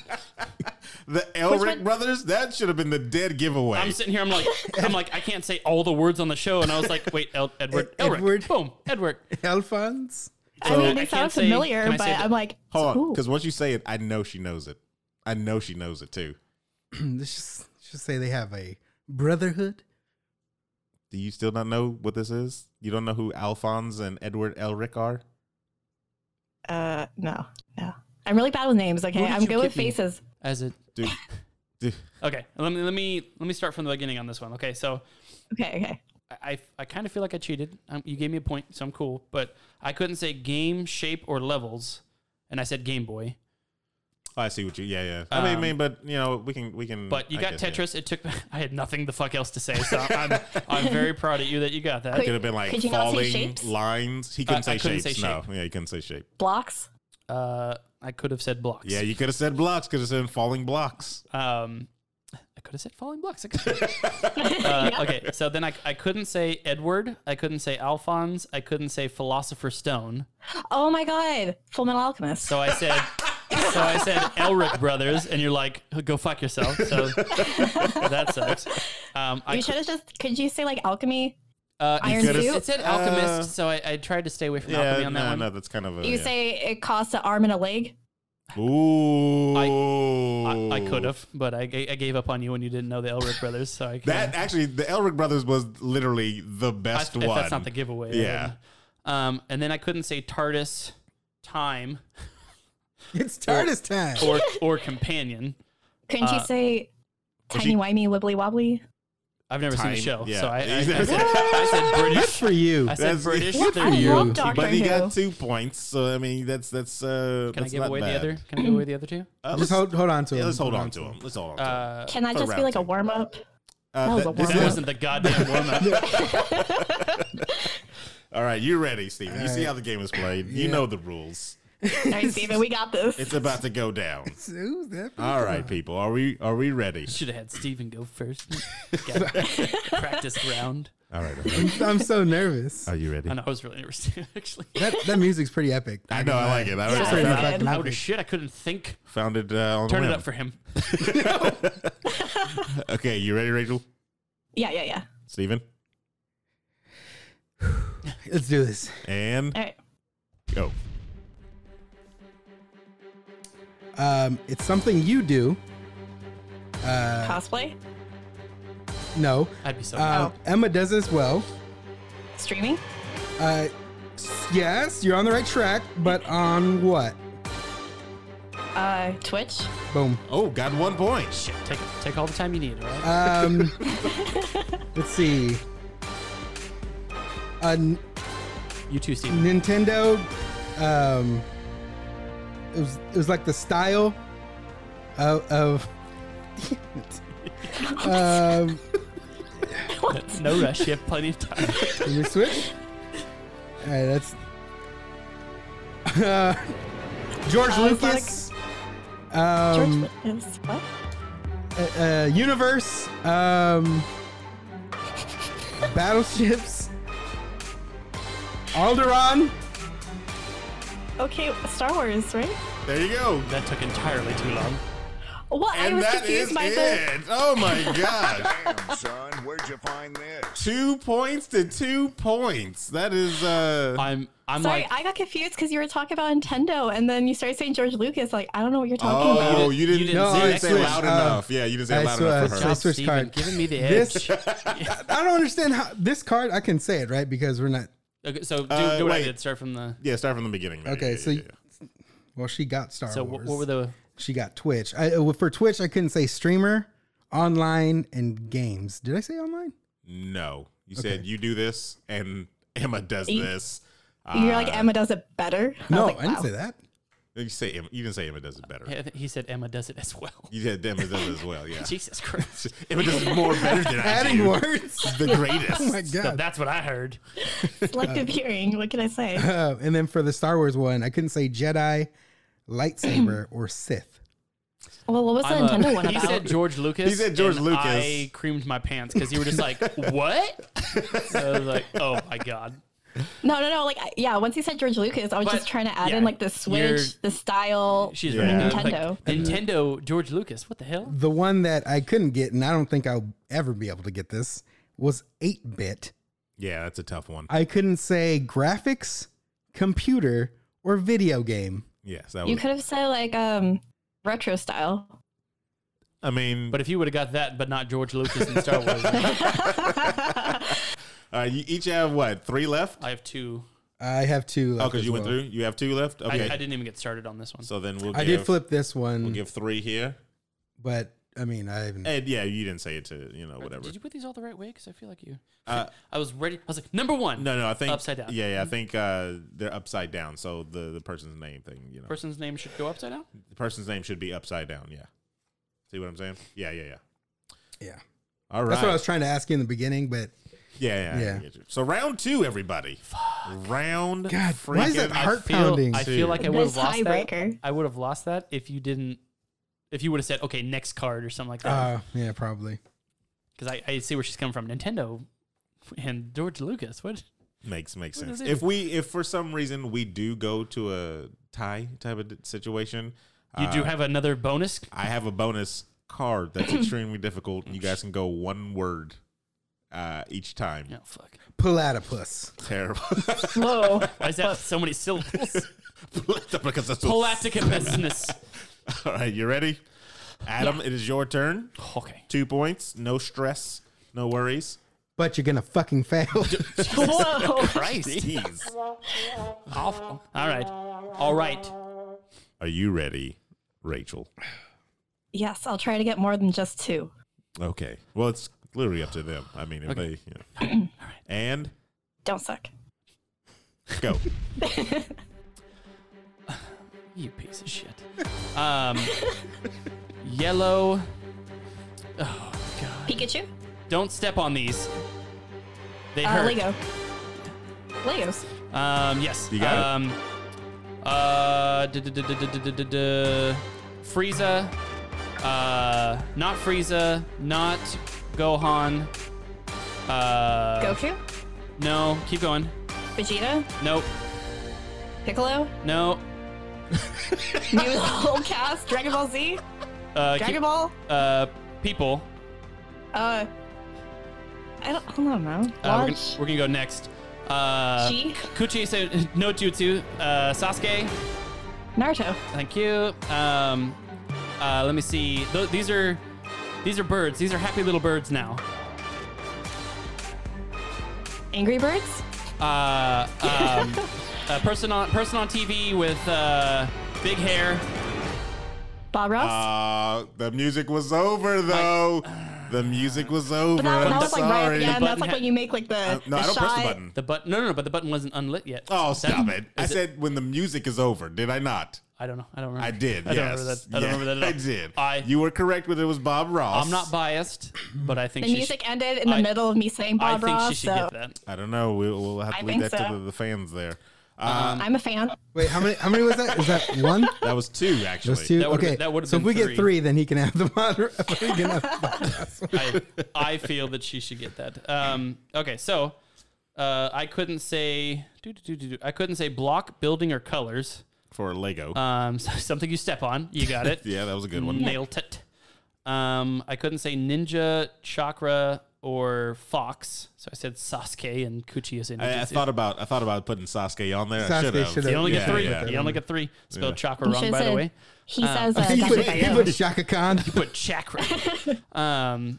the Elric
one?
brothers. That should have been the dead giveaway.
I'm sitting here. I'm like, I'm like, I can't say all the words on the show, and I was like, wait, El-
E,
Edward,
Ed-
Elric,
Edward.
boom, Edward.
Alphonse.
I mean,
I
they
can't
sound
say-
familiar,
can I
but
say that-
I'm like,
Hold on,
ooh.
because once you say it, I know she knows it. I know she knows it too.
Let's just, let's just say they have a brotherhood.
Do you still not know what this is? You don't know who Alphonse and Edward Elric are?
uh, no, no. I'm really bad with names. Okay,
Who did
I'm
you
good with
give me?
faces.
As it
Dude, dude,
okay, let me let me let me start from the beginning on this one. Okay, so
Okay, okay.
I I, I kind of feel like I cheated. Um, you gave me a point, so I'm cool. But I couldn't say game shape or levels, and I said Game Boy.
I see what you. Yeah, yeah. I mean, I
Um,
mean, but you know, we can, we can.
But you
I
got
guess, yeah.
Tetris. It took. I had nothing the fuck else to say, so I'm I'm very proud of you that you got that.
Quick-
Could have been like
Could you not say
falling
shapes?
lines.
Uh, I
He couldn't say
couldn't
shapes.
say
No,
shape.
yeah, he couldn't say shape.
Blocks.
Uh, I could have said blocks.
Yeah, you could have said blocks. Could have said falling blocks.
Um, I could have said falling blocks. I could- uh, Okay, so then I, I couldn't say Edward. I couldn't say Alphonse. I couldn't say Philosopher's Stone.
Oh my God, Full Metal Alchemist.
So I said, so I said Elric Brothers, and you're like, go fuck yourself. So that sucks. Um, I
you
cou-
should have just. Could you say like alchemy?
uh,
Iron
it,
Suit?
it said
Uh,
alchemist, so I, I tried to stay away from alchemy
Yeah,
on that
no,
one.
no, that's kind
Oh,
of a.
You
yeah.
say it costs an arm and a leg.
Ooh.
I, I could have, but I, ga- I gave up on you when you didn't know the Elric Brothers. So I kinda-
That actually, the Elric brothers was literally the
I-
best
if
one.
that's not the giveaway. I
Yeah.
wouldn't. Um, and then I couldn't say TARDIS, time,
It's TARDIS time.
or or companion.
Couldn't you
Uh,
say
was
tiny
she-
wimey wibbly wobbly?
I've never seen
Time,
the show,
yeah.
so I, I, I,
Exactly.
said, I said
That's
British.
for you.
I said
That's-
British.
What
They're
I
new.
love
Can
Doctor
but he
Who.
got two points, so I mean, that's that's uh.
I
that's
give
not
away
bad.
the other? Can I give away the other two?
Uh,
Just
let's-
hold, hold on to
yeah,
him.
let's hold on to him. Let's hold on. to him.
Uh,
Can that
for
just be like a
routing.
warm up?
Uh,
that was a
that
warm-up.
wasn't the goddamn warm up.
All right, you're ready, Steven. You see
right.
how the game is played. You know the rules.
All right, Steven, we got this.
It's about to go down.
Ooh, that-
All right, people. Are we are we ready?
Should have had Steven go first. Got it. practice round.
All right. all right.
I'm so nervous.
Are you ready?
I know I was really nervous actually.
That, that music's pretty epic.
I know. I like it. I already
Pretty
Yeah.
fucking
Loud as
epic.
shit. I couldn't think.
found it uh, on
Turn
the
it
whim.
up for him.
Okay, you ready, Rachel?
Yeah, yeah, yeah.
Steven?
Let's do this.
And
All right.
go.
Um, it's something you do.
Uh,
Cosplay,
No.
I'd be so.
Uh,
Oh.
Emma does as well.
streaming,
Uh, s- yes, you're on the right track, but on what?
uh, Twitch,
Boom.
Oh, got one point.
Shit, take take all the time you need. All right?
Uh,
Um, let's see. A N-
you too, Steven.
Nintendo. Um, it was it was like the style of. of um,
No rush. You have plenty of time.
Can you switch? All right, that's uh, George
Uh, it's like-
Lucas. Um,
Um,
George Lucas. What?
uh, uh, universe. Um, battleships. Alderaan.
Okay, Star Wars, right?
There you go.
That took entirely too long.
What? I
And
was
that is
confused by the.
it. Oh my god.
Damn, son, where'd you find this?
two points to two points. That is uh
I'm I'm
Sorry,
like.
I got confused because you were talking about Nintendo, and then you started saying George Lucas. Like, I don't know what you're talking about.
Oh,
didn't-
you didn't,
you didn't
No,
you
I
didn't say um,
switched.
loud
Uh,
enough. Yeah, you didn't say
I
loud
sw-
enough for
I
her.
switched. I switched
Steven,
card.
giving me the
This-
edge.
I don't understand how this card. I can say it right because we're not.
Okay, so do,
Uh,
do what I
wait.
did. Start from the.
Yeah, start from the beginning. there.
Okay,
Yeah,
so
yeah,
you- Well, she got Star
So
Wars.
what, what were the?
She got Twitch. I, uh, for Twitch, I couldn't say streamer, online, and games. Did I say online?
yeah. No. You said you do this and Emma does
You-
this. Ah.
You're like Emma does it better. I was
No,
like,
I didn't
wow.
say that.
You say Emma, you didn't say Emma does it better.
I think He said Emma does it as well.
You said Emma does it as well. Yeah,
Jesus Christ.
Emma does it more better than I
Adding
do.
words.
The greatest.
Oh my
So
god.
that's what I heard.
Uh,
Selective hearing. What can I say?
Uh, and then for the Star Wars one, I couldn't say Jedi, lightsaber, or Sith.
Well, what was the
I'm a-
Nintendo one
he
about?
said George Lucas.
He said George
and
Lucas.
I creamed my pants because you were just like, what? So I was like, oh my God.
no, no, no. Like, I- yeah. Once he said George Lucas, I was
But,
just trying to add
yeah,
in like the
you're-
Switch, the style.
She's
Yeah.
right.
Nintendo.
Like, Nintendo, George Lucas. What the hell?
The one that I couldn't get, and I don't think I'll ever be able to get this, was 8 bit.
Yeah, that's a tough one.
I couldn't say graphics, computer, or video game.
Yes, that
You
was.
could have said like um retro style.
I mean,
But if you would have got that, but not George Lucas and Star Wars, I
uh, you each have what three left?
have two.
I have two.
Oh,
left
because
as
you went
well.
through. You have two left.
I,
Okay,
I didn't even get started on this one.
so then we'll.
I
give,
did flip this one,
We'll give three here.
but I mean, I haven't.
And yeah, you didn't say it to you know whatever.
Did you put these all the right way? Because I feel like you.
Uh,
I was ready. I was like, number one.
No, no, I think
Upside down. Mm-hmm.
Yeah, yeah, I think uh, they're upside down. So the the person's name thing, you know,
Person's name should go upside down.
the person's name should be upside down. Yeah, see what I'm saying? Yeah, yeah, yeah.
Yeah.
All right.
That's what I was trying to ask you in the beginning, but
yeah, yeah. I
Yeah.
get you. So round two, everybody. Round.
God, why is
freaking-
that heart
feel,
pounding?
I feel like I
This
would have lost that.
tiebreaker.
I would have lost that if you didn't. If you would have said, okay, next card or something like that.
Uh, yeah, probably.
Because I, I see where she's coming from. Nintendo and George Lucas. What?
Makes makes
What is
sense.
it?
If we if for some reason we do go to a tie type of d- situation,
You do
uh,
have another bonus?
I have a bonus card that's extremely difficult. You guys can go one word uh, each time.
No, Oh, fuck.
Platypus.
Terrible.
Whoa.
Why is that so many syllables?
because that's what-
Platypus.
All right, you ready? Adam, it is your turn.
Okay.
Two points, no stress, no worries.
But you're gonna fucking fail.
Whoa.
Oh, Christ.
Jeez.
Awful. All right. All right.
Are you ready, Rachel?
Yes, I'll try to get more than just two.
Okay. Well, it's literally up to them. I mean, if
Okay.
they. You know. And
Don't suck.
go.
You piece of shit. Um, yellow.
Pikachu?
Don't step on these. They
Uh,
hurt.
Lego. Legos.
Um, yes.
You got it.
um, Uh, duh, duh, duh, duh, duh, duh, duh, duh, duh. Frieza. Uh, not Frieza. Not Gohan. Uh,
Goku?
No, keep going.
Vegeta?
Nope.
Piccolo?
No.
New whole cast? Dragon Ball Z?
Uh,
Dragon
keep-
Ball?
uh, people.
Uh. I don't, I don't know.
Uh, we're, gonna,
Watch.
we're gonna go next. Uh,
Chi?
Kuchi said no jutsu. Uh, Sasuke,
Naruto.
thank you. Um, uh, let me see. Th- these are these are birds. These are happy little birds now.
Angry Birds?
Uh, um, a person on person on TV with uh, big hair.
Bob Ross?
Uh, the music was over, though. The music was over.
but that, that
I'm
was like right at
sorry.
the end. That's
button
like when you make like the.
Uh, no,
the
I don't press the
shy-
button.
The button. No, no, no. But the button wasn't unlit yet.
Oh,
Is
stop
that-
it. I
is it-
said when the music is over, did I not?
I don't know. I don't remember.
I did.
I don't
yes.
remember that. I don't
Yeah,
remember that at all.
I did.
I.
you were correct when it was Bob Ross.
I'm not biased, but I think
The
she
music
should,
ended in the
I-
middle of me saying
I
Bob
think
Ross,
she should
so
get that.
I don't know. We'll, we'll have
I
to leave
think
that to
so.
the, the fans there. Uh,
I'm a fan.
Wait, how many? How many was that? Is that one?
that was two, actually.
Those two.
That would've
okay,
been- that would've
so if
been
we
three.
get three, then he can have the moderate. he can have
I, I feel that she should get that. Um, okay, so uh, I couldn't say do, do, do, do, do. I couldn't say block, building, or colors.
For Lego.
Um, so something you step on, you got it.
yeah, that was a good one.
Nailed it. Um, I couldn't say ninja, chakra, or fox. So I said Sasuke and Kuchi is in.
I, I thought about I thought about putting Sasuke on there. I
Sasuke
should have.
should've-
you only get
Yeah,
three.
yeah.
You only get three. Spelled
Yeah.
chakra
You
wrong,
should've
by the
said-
way.
He says uh,
he,
Dr.
put, he
Bio.
put Shaka Khan.
But chakra. um,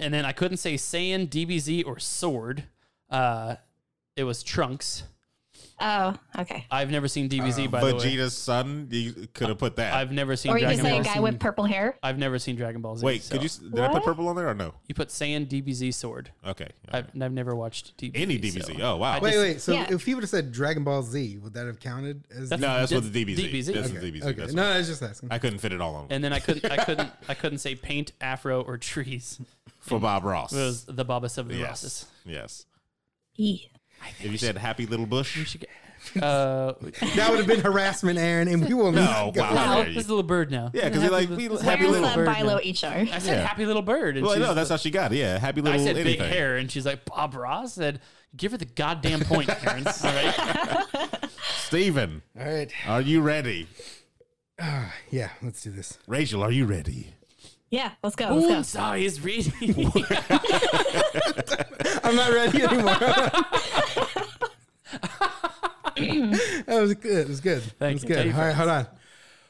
and then I couldn't say Saiyan, DBZ, or sword. Uh, it was trunks.
Oh, okay.
I've never seen DBZ by the way.
Vegeta's son. You could have put that.
I've never seen
Or you
Dragon
can say
Ball.
a
Z.
guy with purple hair.
I've never seen Dragon Ball Z.
Wait,
so-
could you? s- Did I put
What?
purple on there or no?
You put Saiyan DBZ sword.
Okay.
I've, and I've never watched DBZ.
Any
so-
DBZ. Oh wow.
Wait, wait. So
Yeah.
if he would have said Dragon Ball Z, would that have counted as?
That's-
no, that's what the DBZ.
DBZ.
That's
okay.
the DBZ.
okay.
That's
No,
what-
I was just asking.
I couldn't fit it all on
And then I couldn't, I couldn't, I couldn't say paint, afro, or trees.
for Bob Ross.
It was the Babas of the
yes.
Rosses.
Yes.
E.
If you said Happy Little Bush.
Uh,
that would have been harassment, Aaron, and we will
No.
not go.
Wow. how
no,
dare
this
you.
is a little bird now.
Yeah, 'cause they like- we-
Little-
Happy
Where's
Little
that E?
bird now.
Bilo HR?
I said
Yeah.
happy little bird. And
Well,
she's
no, that's how she got. it. Yeah, Happy Little.
I said
anything.
big hair, and she's like Bob Ross. Said, give her the goddamn point, Terrence. All right,
Steven,
All right.
are you ready?
Yeah, let's do this.
Rachel, are you ready?
Yeah, let's go. Let's go.
Boonsai is reading.
I'm not ready anymore. that was good. It was good.
Thank
it was
you. Thank
good.
you.
All right, hold on.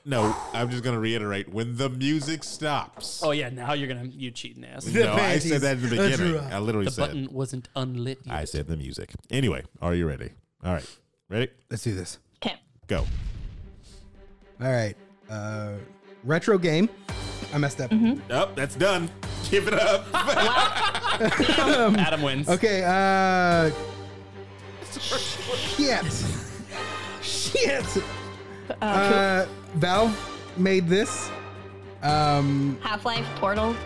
No, I'm just gonna reiterate. When the music stops.
oh yeah, now you're gonna you cheating ass. The
no, I said
panties.
that in the
That's
beginning.
right.
I literally said.
button wasn't unlit. Yet.
I said the music. Anyway, are you ready? All right, ready?
Let's do this.
Okay.
Go.
All right. Uh, retro game. I messed up.
Up. that's done. Give it up. Um,
Adam wins.
Okay. Uh, shit. shit. Uh, Valve made this. Um,
Half Life, Portal.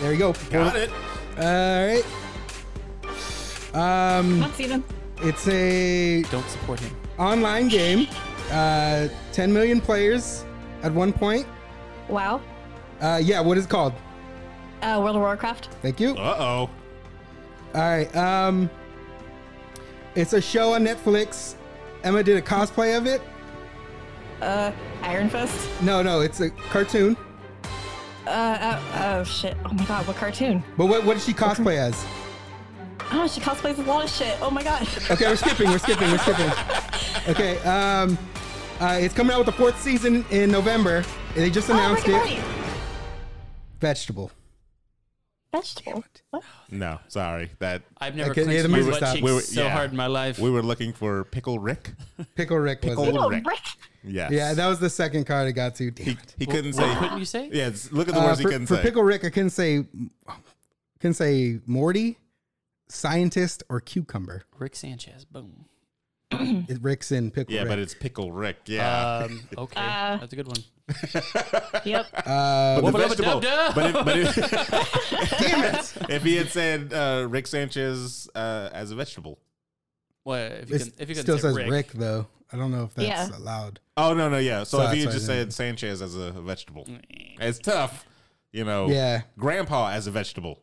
there you go.
Got it.
All right. Um,
Not Steven.
it's a
Don't support him.
online game. Uh, 10 million players at one point.
Wow.
Uh, yeah, what is it called?
Uh, World of Warcraft.
Thank you. All
Uh oh.
right. Um, it's a show on Netflix. Emma did a cosplay of it.
Uh, Iron Fist.
No, no, it's a cartoon.
Uh, uh, oh shit. Oh my god, what cartoon?
But what, what did she cosplay as?
Oh, she cosplays a lot of shit. Oh my god.
Okay, we're skipping. We're skipping. We're skipping. Okay. Um, uh, it's coming out with the fourth season in November. They just
Oh,
announced
Rick and
it.
Morty.
Vegetable.
Vegetable. What?
No, sorry. That
I've never
Okay, yeah,
clenched
the
my
music
butt
stopped.
cheeks
We
were-
so
yeah.
hard in my life.
we were looking for Pickle Rick.
Pickle Rick was
Pickle
it?
Oh,
Rick.
Rick.
Yes.
Yeah, that was the second card I got to. Damn
he,
it.
he couldn't
What
say.
couldn't you say?
Yeah, it's- look at the
Uh,
words he
for
couldn't
for
say.
Pickle Rick, I couldn't say, couldn't say Morty, scientist, or cucumber.
Rick Sanchez. Boom.
It Rick's in Pickle
yeah,
Rick.
but it's Pickle Rick. Yeah.
Um, okay,
Uh,
that's a good one.
Yep.
uh,
but the
Wubba Dubba
vegetable.
Dub Dub.
But if, but if,
damn it!
if he had said uh, Rick Sanchez uh, as a vegetable.
Well, if you
It
can, if you can
still
say
says
Rick,
Rick. though. I don't know if that's
Yeah.
allowed.
Oh no, no, yeah. So,
So
if he
that's
had
what
just
I
said Sanchez as a vegetable, it's tough. You know.
Yeah.
Grandpa as a vegetable.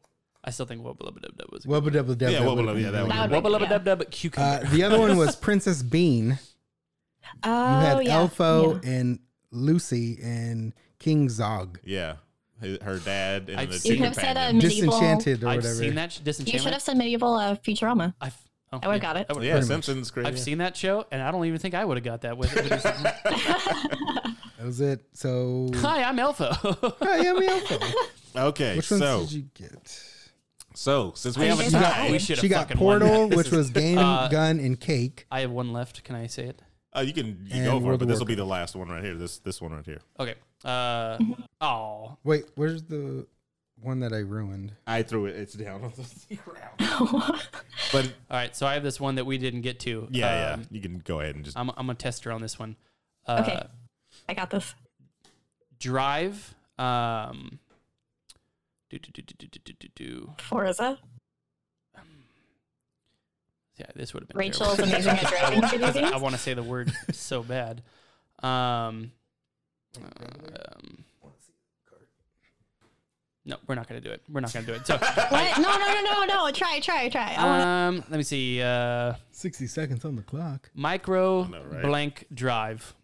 I still think Wubba Lubba Dub Dub was.
Wubba dubba dub.
Yeah,
that
wubba
would've
lubba,
been
yeah, that
really
would've
good.
That would
Wubba
be-
Lubba
yeah.
Dub Dub
Uh,
cucumber.
the other one was Princess Bean. You
Oh,
had
yeah.
Elfo
Yeah.
and Lucy and King Zog.
Yeah. Her her dad and
I've
the
seen-
You
two
could have said a
companions.
medieval.
Disenchanted or
I've
whatever.
seen that sh-
You should have
Disenchantment.
said medieval uh, Futurama.
I've, oh,
I would've got it.
I would've-
Yeah, Simpsons. Great.
I've
yeah.
seen that show, and I don't even think I would have got that. With,
That was it. So
Hi, I'm Elfo.
Hi, I'm Elfo.
Okay,
Which ones
so
did you get?
so since we
I
have a
just
tie,
got-
we should
She
have
got
fucking
Portal,
won that.
which was game, gun, and cake.
I have one left. Can I say it?
Uh, you can you
And
go for it,
World
but
of
this will be the last one right here. This this one right here.
Okay. Uh, oh,
Wait, where's the one that I ruined?
I threw it. It's down on the ground.
Oh.
But
all right. So I have this one that we didn't get to.
yeah,
Um,
yeah, you can go ahead and just.
I'm, I'm a tester on this one. Uh,
okay. I got this.
Drive. Um, do, do, do, do, do, do, do, do, do.
Forza.
Yeah, this would have been
Rachel's
terrible.
amazing at driving video
I,
games.
want to say the word so bad. Um, um, no, we're not gonna do it. We're not gonna do it. So,
What? No, no, no, no, no. Try, try, try. I want
um, let me see. Uh,
60 seconds on the clock.
micro
know, right?
blank drive.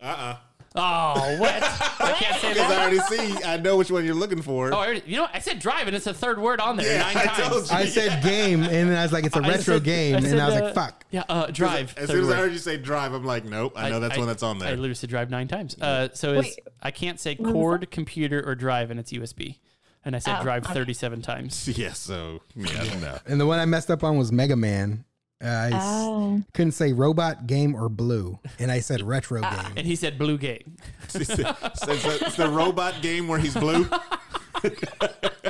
Uh uh
Oh, what? I can't say
Because
that.
I already see. I know which one you're looking for.
Oh, I already, you know, what? I said drive, and it's the third word on there
Yeah,
nine
I
times.
told you.
I said game, and then I was like, it's a
I just
retro
said-
game. and
said,
I was
uh,
like, fuck.
Yeah, uh, drive. third
As soon as I
word.
heard you say drive, I'm like, nope. I know that's one that's on
I
there.
literally said drive nine times. Uh, so it's,
Wait.
I can't say
was
cord, computer, or drive, and it's USB. And I said
Oh,
drive
okay.
37 times.
yeah. So yeah, no.
And the one I messed up on was Mega Man. Uh, I s-
Oh.
couldn't say robot, game, or blue, and I said retro game.
And he said Blue Gate.
it's, the, it's the- it's the robot game where he's blue.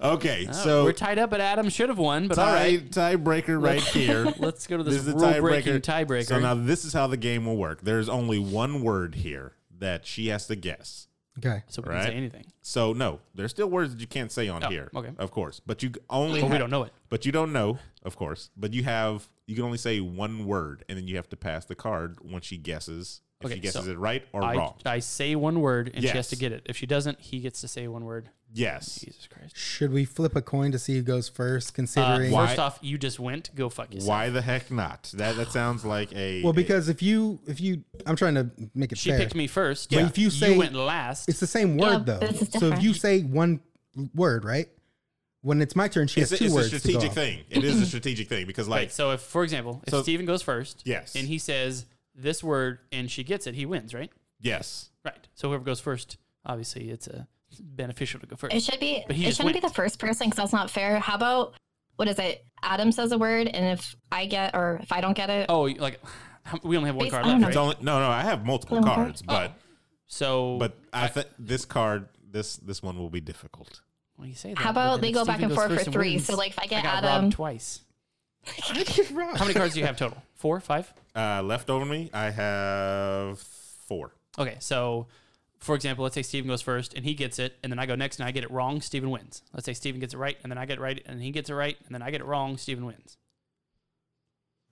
okay, so
Oh, We're tied up, but Adam should have won. But all
tie,
right,
tiebreaker right here.
let's go to
This
this,
is the
rule breaking
tiebreaker.
tiebreaker.
So now this is how the game will work. There's only one word here that she has to guess.
Okay.
so we
right.
can say anything.
So no, there's still words that you can't say on
Oh,
here.
okay.
Of course, but you only
But we
ha-
don't know it.
But you don't know, of course. But you have you can only say one word, and then you have to pass the card when she guesses. If
Okay,
she guesses
so
it right or
I,
wrong.
I say one word and she has
Yes.
to get it. If she doesn't, he gets to say one word.
yes.
Jesus Christ.
Should we flip a coin to see who goes
Uh,
first? Considering
first off, you just went. Go fuck yourself.
Why the heck not? That that sounds like a
well,
a-
because if you if you, I'm trying to make it
She
fair.
picked me first.
But
Yeah.
if you say-
went last,
It's the same
Yeah,
word
but
though.
this is
So if you
different.
say one word, right? When it's my turn, she
it's,
has
a,
two
it's a
words. to go
strategic
off.
thing. It is a strategic thing because like
right, so if, for example, if
So-
Steven goes first,
Yes.
and he says this word and she gets it, he wins, right?
yes.
Right. So whoever goes first, obviously, it's uh beneficial to go first.
It should be.
But
It
he just
shouldn't be
went.
the first person because that's not fair. How about what is it? Adam says a word, and if I get or if I don't get it,
oh, you- like we only have one
Base-
card
I don't
left,
know.
right? Oh.
It's only, no, no, I have multiple
Little
cards, but
So,
but I think this card this this one will be difficult.
well, you say that,
How
but
about
then
they
if
go back
Steven
and
goes
forth for
first and
three,
wins,
so, like, if I get
got
Adam-
robbed twice. How many cards do you have total? Four, five?
Uh, left over me, I have four.
Okay, so for example, let's say Steven goes first and he gets it, and then I go next and I get it wrong, Steven wins. Let's say Steven gets it right, and then I get it right, and he gets it right, and then I get it wrong, Steven wins.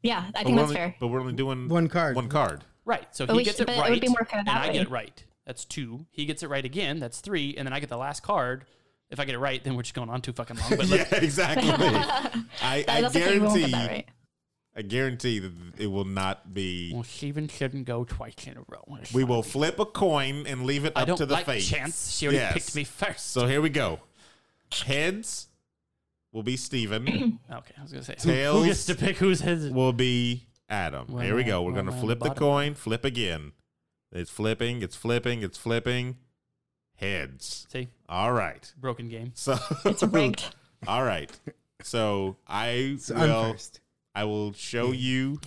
yeah, I
But
think
we're
that's
only,
fair.
But we're only doing
One card.
One card.
Right. So
But
he
we
gets
should-
it
but it
right.
would be more fair
and
that
I
way.
get it right. That's two. He gets it right again. That's three. And then I get the last card. If I get it right, then we're just going on too fucking long. But
yeah,
let's
exactly. I, I
that's okay, we won't
guarantee.
get that right.
I guarantee that it will not be.
well, Steven shouldn't go twice in a row.
We will flip a coin and leave it
I
up
don't
to the
like
face.
chance. She already
Yes.
picked me first.
So here we go. Heads will be Steven.
okay, I was gonna say who,
Tails.
who gets to pick who's his?
will be Adam.
Well,
here we go.
well,
We're gonna
well,
flip the
bottom.
coin. Flip again. It's flipping. It's flipping. It's flipping. Heads.
See,
All right.
broken game.
So
It's rigged.
All right. So I
So I'm
will.
first.
I will show you.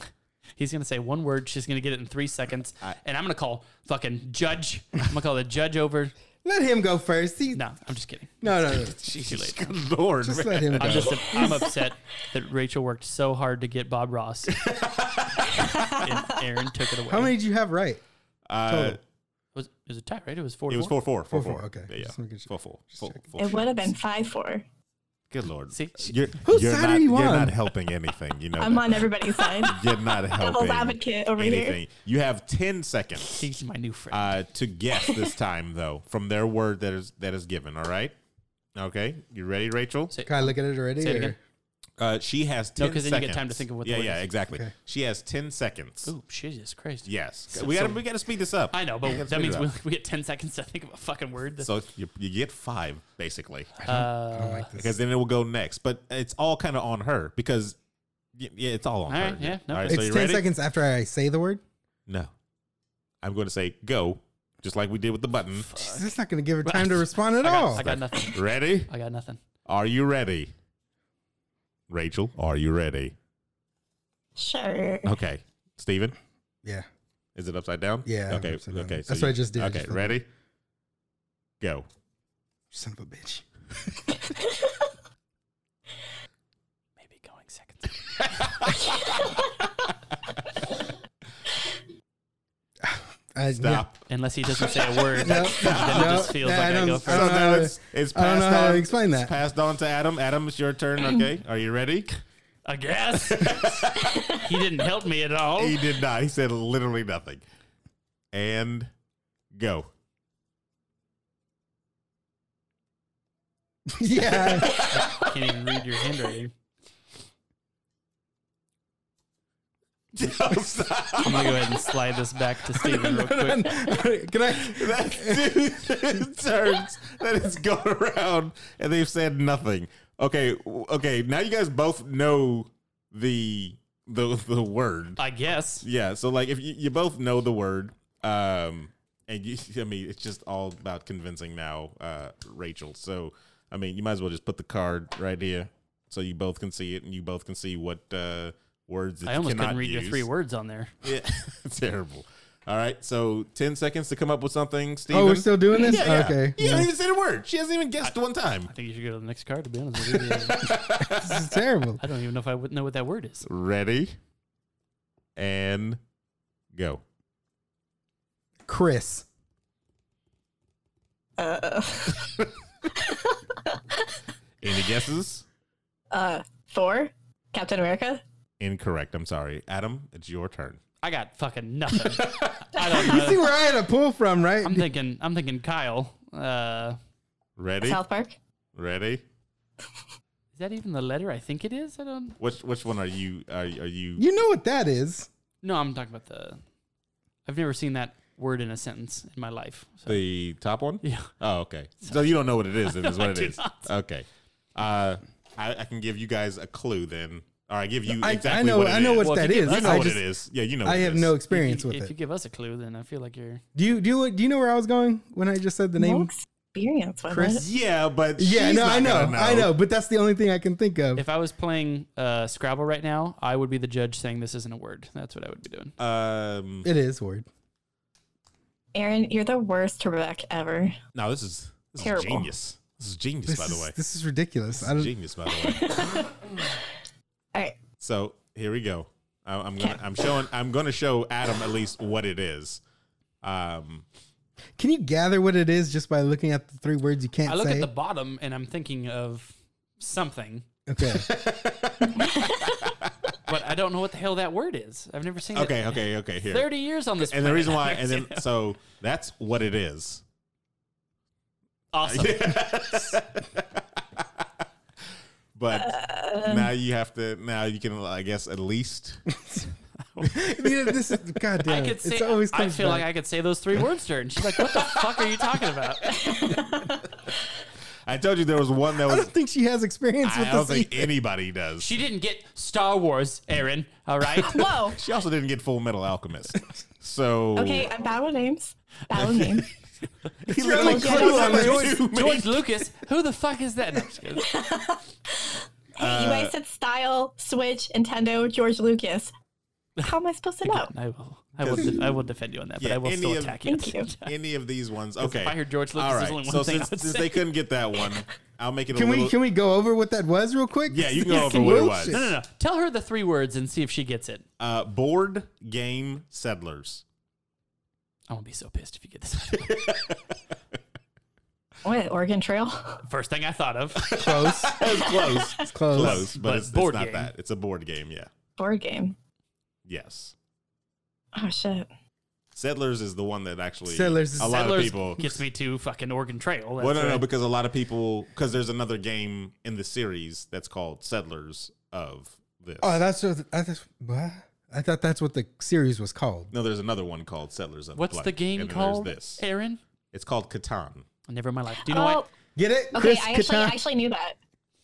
He's gonna say one word. She's gonna get it in three seconds, and I'm gonna call fucking judge. I'm gonna call the judge over.
Let him go first. He,
No, I'm just kidding.
no, no, no.
Jesus, good lord!
Just
man.
let him go.
I'm just I'm upset that Rachel worked so hard to get Bob Ross, and Aaron took it away.
How many did you have right?
Uh,
was it was a tie? Right? It was four.
it
to
was
four.
four four four
Four,
four.
four, okay.
Yeah,
Just
yeah.
making sure.
Four four. Four, four,
It
four.
would have been five four.
Good lord!
See?
you're,
Whose
you're
side
not,
are you
are
on?
not helping anything. You know,
I'm
that.
on everybody's side.
You're not helping.
advocate over here.
anything. You have ten seconds
He's my new friend.
uh, to guess this time, though, from their word that is that is given. All right. Okay, you ready, Rachel?
Say-
Can I look at it already?
Say it
or-
again.
Uh, she has ten
No, 'cause then you get
seconds.
time to think of what the
Yeah,
word
yeah,
is.
exactly.
Okay.
She has ten seconds.
oh Jesus Christ!
Yes,
So-
we gotta
so-
we gotta speed this up.
I know, but that
speed it
means we,
up.
we get ten seconds to think of a fucking word.
So you, you get five basically,
Uh,
I don't like this.
because then it will go next. But it's all kind of on her because y- yeah, it's all on
All
her.
right, yeah, no,
All right,
that's-
so
it's
you
10
ready?
seconds after I say the word.
No, I'm going to say go, just like we did with the button.
Jeez, that's not going to give her time to respond
I
at
got,
all.
I got nothing.
Ready?
I got nothing.
Are you ready? Rachel, are you ready?
Sure.
Okay, Steven,
yeah.
is it upside down?
Yeah, I have it
Okay.
upside down.
Okay.
That's what I just did. I
Okay.
just flipped
Ready? Go.
Son of a bitch.
Maybe going seconds.
I,
Stop.
Unless he doesn't say a word,
No,
then it
no,
just feels
no, I
like I,
don't-
go
I
first.
don't-
So
know
now
how to-
it's, it's
I don't
passed
know how to
on-
explain
it's
that.
passed on to Adam. Adam, it's your turn. Okay, are you ready?
I guess he didn't help me at all.
He did not. He said literally nothing. And go.
Yeah. yeah.
Can't even read your handwriting. I'm gonna go ahead and slide this back to Steven real quick.
Can I?
That's turns that is going around, and they've said nothing. Okay, w- okay. Now you guys both know the the the word.
I guess.
Yeah. So like, if you, you both know the word, um, and you, I mean, it's just all about convincing now, uh, Rachel. So I mean, you might as well just put the card right here so you both can see it and you both can see what uh, words that
I
you
almost
cannot
couldn't read
use.
your three words on there.
Yeah, terrible. All right, so ten seconds to come up with something, Steven.
Oh, we're still doing this?
Yeah, yeah.
Okay.
You haven't even said a word. She hasn't even guessed one time.
I think you should go to the next card. To be honest with you,
This is terrible.
I don't even know if I would know what that word is.
Ready and go.
Chris.
Uh,
Any guesses?
uh, Thor, Captain America.
Incorrect. I'm sorry, Adam. It's your turn.
I got fucking nothing. I don't
See
know.
where I had to pull from, right?
I'm thinking. I'm thinking Kyle. Uh,
Ready?
South Park.
Ready?
is that even the letter? I think it is. I don't.
Which which one are you? Are, are you?
You know what that is.
No, I'm talking about the. I've never seen that word in a sentence in my life. So.
The top one?
Yeah.
Oh, okay. So you don't know what it is. It is what it
do
is.
not.
Okay. Uh, I, I can give you guys a clue then. Or I give you
I- I
exactly
know-
what it
I know
is.
what Well, if that you- is.
You know
I
what
just-
it is. Yeah, you know. what
I
it
have
is.
no experience
if,
with
you- if
it.
you give us a clue, then I feel like you're.
Do you do you, do you know where I was going when I just said the
No
name?
experience with
Chris?
it.
Yeah, but
Yeah,
she's
no,
not
I know,
gonna
I know, but that's the only thing I can think of.
If I was playing uh, Scrabble right now, I would be the judge saying this isn't a word. That's what I would be doing.
Um,
it is word.
Aaron, you're the worst Trebek ever.
no, this is this is
Terrible.
genius. This is genius,
This
by the
is-
way.
this is ridiculous. I
This is
don't,
genius, by the way.
All right.
So here we go. I, I'm gonna I'm showing I'm gonna show Adam at least what it is. Um,
can you gather what it is just by looking at the three words you can't
I look
say?
at the bottom and I'm thinking of something,
okay,
but I don't know what the hell that word is. I've never seen
okay,
it.
okay, okay. Here,
Thirty years on this.
and the reason why,
planet.
and then so that's what it is.
awesome.
But now you have to. Now you can, I guess, at least.
You know, this is goddamn.
I could
it.
say.
It's always
I
comes
feel like
back.
I could say those three words to her, and she's like, "What the fuck are you talking about?"
I told you there was one that
I
was.
don't think she has experience
I
with
don't
this.
think
either.
anybody does.
She didn't get Star Wars, Aaron. All right.
Whoa.
She also didn't get Full Metal Alchemist. So
Okay, I'm bad with names. Bad with names.
he
really
literally
close
closed
on
the
George-
two
George
minutes.
Lucas. Who the fuck is that? No, I'm just kidding.
Hey, you guys said style, Switch, Nintendo, George Lucas. How am I supposed to know?
I will. I will. def- I will defend you on that, but
Yeah,
I will
any
still
of-
attack you.
Thank you.
Any of these ones? Okay.
I heard George Lucas,
All
there's
right.
only one
so
thing I
since,
would
since
say.
they couldn't get that one, I'll make it a
Can
little.
we can we go over what that was real quick?
Yeah, you can go over
Some
what it
real
was.
shit.
No, no, no. Tell her the three words and see if she gets it.
uh, board game settlers.
I'm gonna be so pissed if you get this.
What, Oregon Trail?
First thing I thought of.
Close.
It's close.
It's close.
close, but,
but
it's, it's
board
not
game.
that. It's a board game. Yeah.
Board game.
Yes.
Oh, shit.
Settlers is the one that actually
Settlers is-
a lot
Settlers
of people.
gets me to fucking Oregon Trail.
Well, no,
That's
no,
right.
because a lot of people because there's another game in the series that's called Settlers of this.
Oh, that's what I thought. what? I thought that's what the series was called.
no, there's another one called Settlers of
What's
Light,
the game
and then
called?
There's this.
Aaron.
It's called Catan.
Never in my life. Do you know what?
Get it?
Oh, okay.
Chris
I actually, I
Kattan?
actually knew that.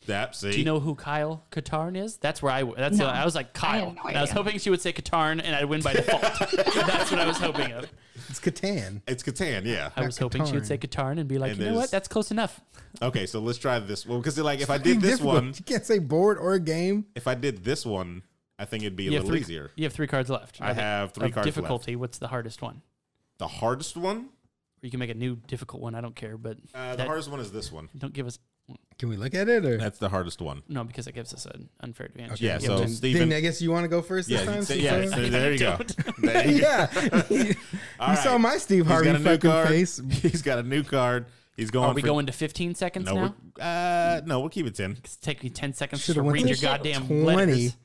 That see.
Do you know who Kyle Katarn is? That's where I. That's
No.
the, I was like
I had
Kyle.
no
and I was
idea.
hoping she would say Katarn, and I'd win by default. that's what I was hoping of.
it's Catan.
It's Catan. Yeah.
I was hoping she would say Katarn and be like,
And
you know what?
there's-
That's close enough.
Okay, so let's try this one because like if I did this
Difficult.
one,
you can't say board or game.
if I did this one, I think it'd be a
You have
little
three.
easier.
You have three cards left.
I have three
Of
cards left.
difficulty. What's the hardest one?
The hardest one.
Or you can make a new difficult one. I don't care, but
Uh, the
that-
hardest one is this one.
don't give us
Can we look at it or?
That's the hardest one.
no because it gives us an unfair advantage.
Yeah,
Give
so
us-
Steven-
Then I guess you want to go first
Yeah,
this time.
you-
Steve
yeah.
Harvey?
so there you go. There you go.
yeah. you
All
saw
right.
my Steve
He's got
Harvey
a new
fucking
card.
face.
He's got a new card. He's going.
are we
for-
going to 15 seconds
No,
now?
we're, uh, no, we'll keep it ten.
It's taking 10 seconds
Should've
to
went
read
to
your
shit.
goddamn
20.
letters.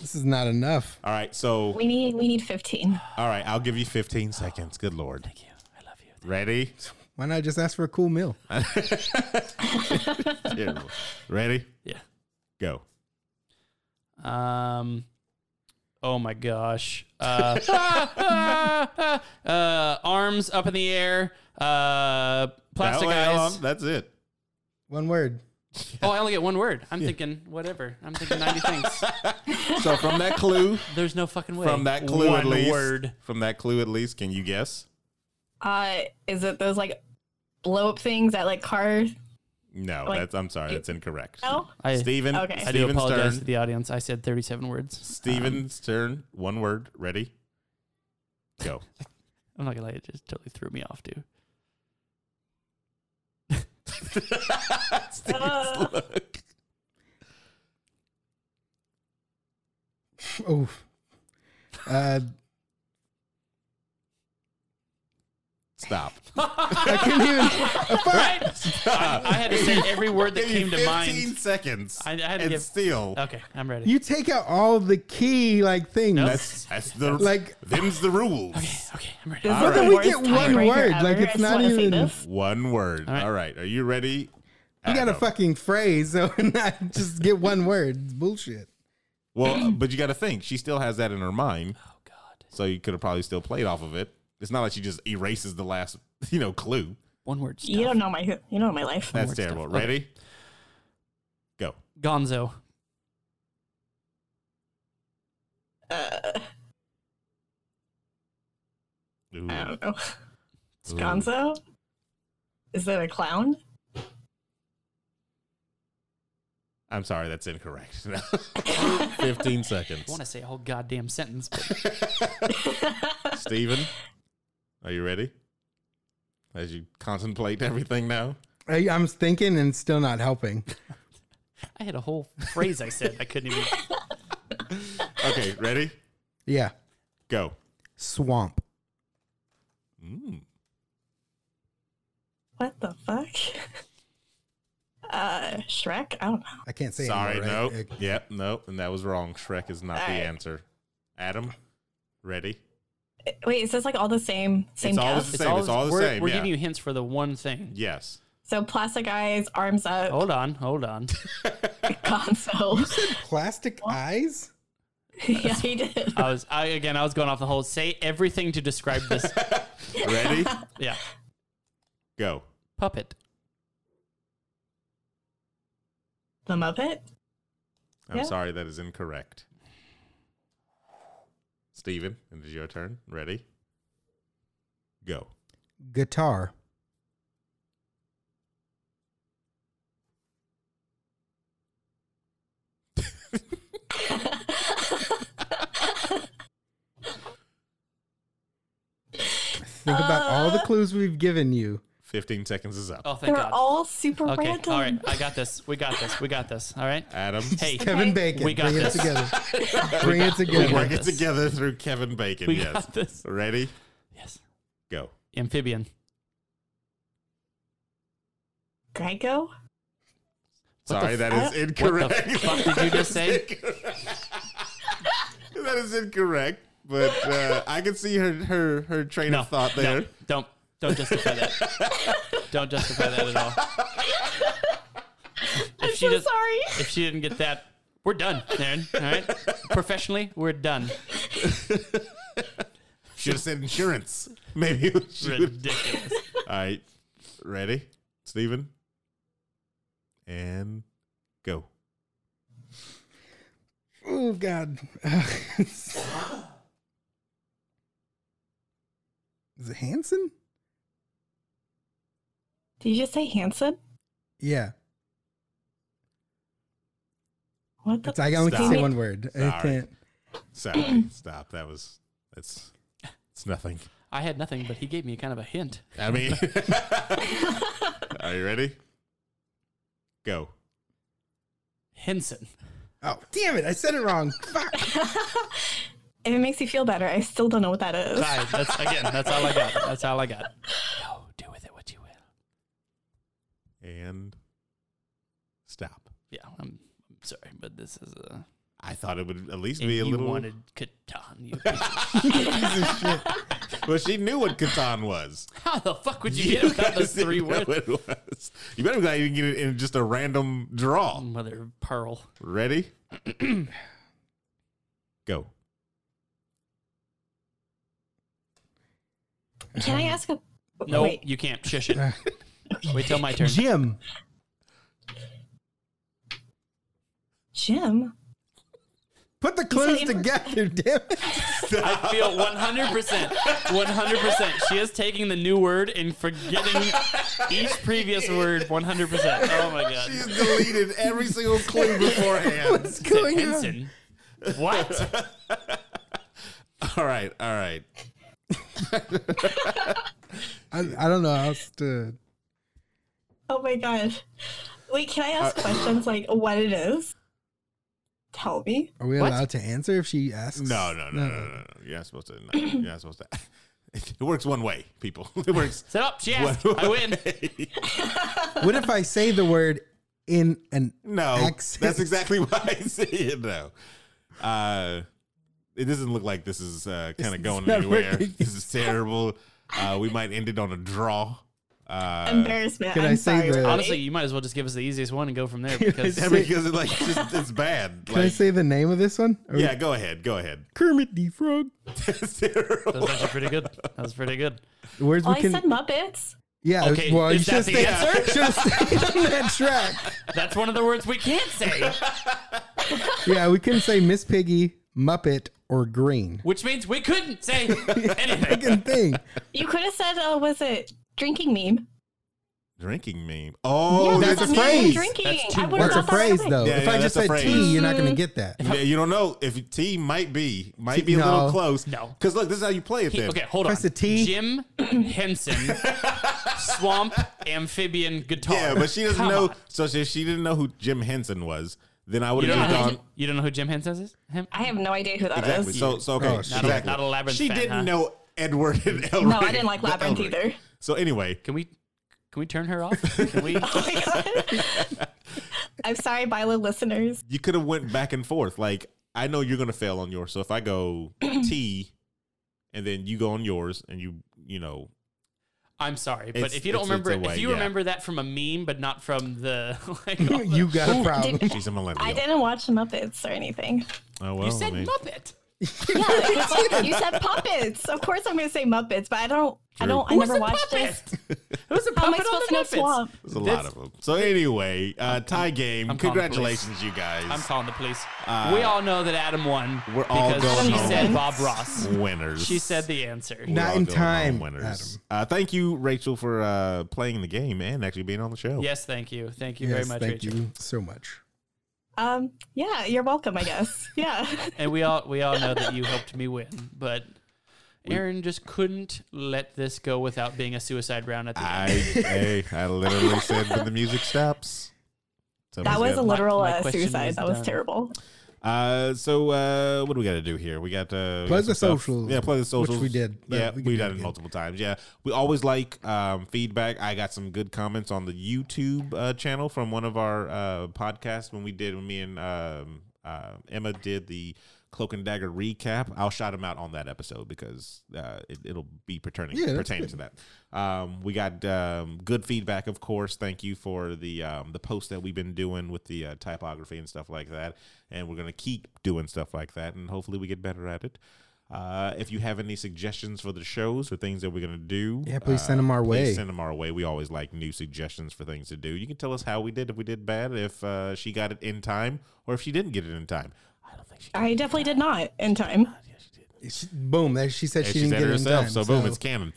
This is not enough.
All right, so
We need, we need 15.
all right, I'll give you fifteen seconds. Good lord,
Thank you. I love you.
ready?
Why not just ask for a cool meal?
Terrible. ready?
Yeah.
Go.
Um. Oh my gosh. Uh, ah, ah, ah, uh, arms up in the air. Uh,
That
plastic
way
eyes.
alone, That's it.
One word.
Oh, I only get one word. I'm thinking whatever. I'm thinking 90 things.
So from that clue,
There's no fucking way.
from that clue
one
at least,
word.
from that clue at least, can you guess?
Uh, is it those like blow up things at like car
No,
Like-
that's I'm sorry, that's incorrect.
No?
I,
Steven,
Okay.
I do
Steven
apologize
Stern.
to the audience. I said 37 words.
Steven
Um,
Stern, one word, ready? Go.
I'm not gonna lie, it just totally threw me off, dude.
Steve's
Uh.
look.
Oh. Uh,
Stop.
I couldn't even. Uh,
Right? I, I had to say every word that
Give you
came to
15
mind.
seconds.
I- I had to
and
give-
still.
Okay, I'm ready.
You take out all the key like things.
Nope.
That's that's the
Like-
them's the rules.
okay, I'm ready.
This
All right.
is the
We
worst
get one
tiebreaker
word,
ever.
like, it's
I just
not
wanna see
even-
this.
One word. All right.
right.
Are you ready?
You got a
Adam?
fucking phrase, so not just get one word. It's bullshit.
Well, uh, but you got to think. She still has that in her mind,
Oh god.
so you could have probably still played off of it. It's not like she just erases the last, you know, clue.
One word stuff.
You don't know my you don't know my life.
That's
word
terrible.
stuff. Okay.
Ready? Go.
Gonzo.
Ooh.
I don't know.
Ooh.
Gonzo? Is it a clown?
I'm sorry, that's incorrect. 15
I want
seconds.
to say a whole goddamn sentence. but
Steven, are you ready? As you contemplate everything now?
I, I'm thinking and still not helping.
I had a whole phrase I said. I couldn't even.
Okay, ready?
Yeah.
Go.
Swamp.
Mm.
What the fuck? Uh Shrek? I don't know.
I can't say
Sorry,
anymore,
no.
right? Uh,
Yep, no. And that was wrong. Shrek is not the
Alright.
answer. Adam, ready?
Wait, is this like all the same
It's
same
always
guess?
the same. it's all the
we're,
same.
We're
yeah.
giving you hints for the one thing.
yes.
So plastic eyes, arms up,
Hold on, hold on.
Gonzo.
Uh, Plastic eyes?
yeah, he did.
I was I again. I was going off the whole say everything to describe this.
Ready?
Yeah,
Go.
puppet.
The Muppet?
I'm
Yeah.
sorry, that is incorrect. Steven, it is your turn. Ready? Go.
Guitar. Think about all the clues we've given you.
15 seconds is up.
Oh, thank
They're
God.
all super
okay,
random.
all right. I got this. We got this. We got this. All right.
Adam,
Hey,
Kevin Bacon.
We got
Bring
this.
it together. Bring it together.
got
work it
this.
together through Kevin Bacon.
we
yes.
got this.
Ready?
Yes,
Go.
amphibian.
Geico?
What the
Sorry,
f-
that is
What the
incorrect.
fuck did you just say?
that is incorrect. But uh, I can see her her her train
No
of thought there.
No, don't don't justify that. don't justify that at all. If she
so
does-
sorry.
If she didn't get that, we're done, Aaron. All right. Professionally, we're done.
Should have said insurance. Maybe. she would-
Ridiculous.
All right, ready, Steven? and go.
Oh God. Is it Hanson?
Did you just say Hanson?
Yeah.
What the
It's, I only can
Stop.
say one word. I
Sorry.
can't.
Sorry, stop. That was that's it's nothing.
I had nothing, but he gave me kind of a hint.
I mean, are you ready? Go.
Henson.
Oh damn it! I said it wrong. Fuck.
If it makes you feel better, I still don't know what that is.
All right, that's again. That's all I got. That's all I got. No, do with it what you will.
and stop.
Yeah, I'm, I'm sorry, but this is a.
I thought it would at least
If
be a
you
little.
wanted Catan. You piece of-
Well, she knew what Catan was.
how the fuck would you, get without those
guys
three
didn't know
words?
what it was. You better be glad you didn't get it in just a random draw.
Oh, Mother of pearl.
Ready? Go.
Can I ask a
No,
Wait.
you can't. Shush it. Wait till my turn.
Jim.
Jim?
Put the clues
said-
together, damn it.
I feel 100%. 100%. She is taking the new word and forgetting each previous word 100%. Oh my God.
She's deleted every single clue beforehand.
What's
Said
going on?
Henson. What?
all right, all right.
I, I don't know how else to.
Oh my god. Wait, can I
Uh,
ask questions like what it is? Tell me.
Are we
What?
allowed to answer if she asks?
No, no, no, no, no, no. You're not supposed to. No, you're not supposed to. It works one way, people. It works.
Set up. She asked.
What-
I win.
What if I say the word in an
No,
accent?
that's exactly why I say it. No, uh, it doesn't look like this is uh, kind of going
not
anywhere.
working.
This is terrible. Uh, we might end it on a draw. Uh,
Embarrassment.
can
I'm
I say
sorry.
the-
Ronnie.
Honestly, you might as well just give us the easiest one and go from there because
I
because it, like it's just, it's bad.
Can I
Like,
say the name of this one? Or
yeah, go ahead. Go ahead.
Kermit the Frog.
That's
that was
terrible.
actually pretty good. That was pretty good.
The words
Well,
we
Oh, I
can.
said Muppets.
yeah.
Okay,
well, you
is
should have
that the
stayed,
answer?
should've stayed on that track.
That's one of the words we can't say,
Yeah, we couldn't say Miss Piggy, Muppet, or Green.
which means we couldn't say anything.
Fucking thing.
You could have said, uh, was it drinking meme?
Drinking meme. Oh,
that's
that's
a
me
phrase.
Drinking.
That's two
I would have
That's a
thought that
phrase,
right
though.
Yeah,
if
yeah,
I just
that's a
said
phrase.
tea, you're not going to get that.
Yeah, you don't know if T might be might be a
No.
little close.
No.
because look, this is how you play it.
He-
Then
okay, hold
Press
on.
the T.
Jim Henson, swamp amphibian guitar.
yeah, but she doesn't
Come
know.
on.
So if she didn't know who Jim Henson was, then I would
You
have
don't,
moved
know who,
on.
Jim- you don't know who Jim Henson is? Him?
I have no idea who that is.
Exactly. So so okay.
Oh, shit.
Not a-
exactly.
not a labyrinth
She
fan,
didn't
huh?
know Edward and Elric.
No, I didn't like
the
Labyrinth
Elric.
either.
So anyway,
Can we can we turn her off? Can we
Oh my god. I'm sorry, Bila listeners.
you could have went back and forth. Like I know you're gonna fail on yours. So if I go T, and then you go on yours, and you you know
I'm sorry, but
It's-
if you don't
it's-
remember
it's a way,
if you
yeah.
remember that from a meme but not from the like all the-
you got a problem.
Did-
she's a millennial.
I didn't watch Muppets or anything.
Oh well,
You
I
said
mean,
Muppet.
Yeah, you said puppets. Of course, I'm going to say Muppets, but I don't. I
True.
don't. I
Who's
never
a
watched
puppet?
this.
Who's a
How am I
puppet on
supposed to
the
know
Muppets?
Swamp?
there's a
That's-
lot of them. So anyway, uh, tie game.
I'm calling the police.
Congratulations, you guys.
I'm calling the police. we all know that Adam won
Uh, we're all
because
going
she
home.
said Bob Ross.
winners.
She said the answer.
Not
all
in
going home
time,
winners.
Adam.
Uh, thank you, Rachel, for uh, playing the game and actually being on the show.
Yes, thank you. Thank you very
Yes,
much,
thank
Rachel.
you so much.
Um. Yeah, you're welcome. I guess. Yeah.
And we all we all know that you helped me win, but Aaron just couldn't let this go without being a suicide round at
Ah.
the end.
I hey, I literally said when the music stops. So
That
it's
was a
good.
literal
my
uh,
question
suicide.
was
That was
done.
terrible.
Uh, so uh, what do we got to do here? We got to
Plug the
social.
socials,
Yeah, plug the
which
socials.
we did, but
Yeah, we,
we can do it
done it
again.
multiple times. Yeah, we always like um, feedback. I got some good comments on the YouTube uh, channel from one of our uh, podcasts when we did when me and um, uh, Emma did the cloak and dagger recap. I'll shout them out on that episode because uh, it, it'll be pertaining
Yeah, that's
pertaining to that. Um, we got um, good feedback, of course. Thank you for the um, the post that we've been doing with the uh, typography and stuff like that. And we're gonna keep doing stuff like that, and hopefully we get better at it. Uh, if you have any suggestions for the shows or things that we're gonna do,
Yeah, please
uh,
send 'em our
please
way.
Send them our way. We always like new suggestions for things to do. You can tell us how we did, if we did bad, if uh, she got it in time, or if she didn't get it in time. I don't think she.
I definitely did not in time.
She- boom! There, she said
And
she, didn't
said
get
it
it in
herself.
time,
so boom, it's canon.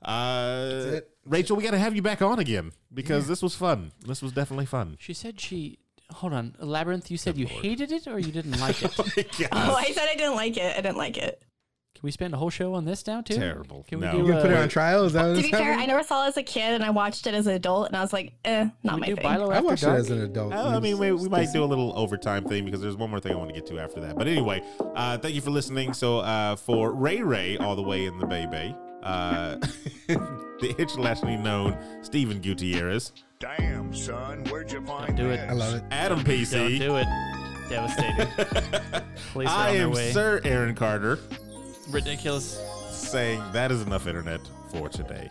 Uh,
it.
Rachel, we got to have you back on again because this was fun. This was definitely fun.
She said she. Hold on, labyrinth. You said you hated it or you didn't like it. Can
Oh, I said I didn't like it. I didn't like it.
we spend a whole show on this now too?
Terrible.
Can we
No.
do?
you gonna
uh,
put her on trial? Is that what
To
it's
be fair, I
happening?
never saw it as a kid, and I watched it as an adult, and I was like, eh, not
can we
my
do
thing.
Bilo
I
after
watched it
dark?
as an adult.
Oh, I mean, we, we might do a little overtime thing because there's one more thing I want to get to after that. But anyway, uh, thank you for listening. So uh, for Ray Ray, all the way in the Bay Bay, uh, the internationally known Stephen Gutierrez,
Damn, son, where'd you find
do it.
this?
I love it.
Adam
Don't
PC,
do it. Devastating. Police are
I
on their
am
way.
Sir Aaron Carter,
Ridiculous.
saying that is enough internet for today.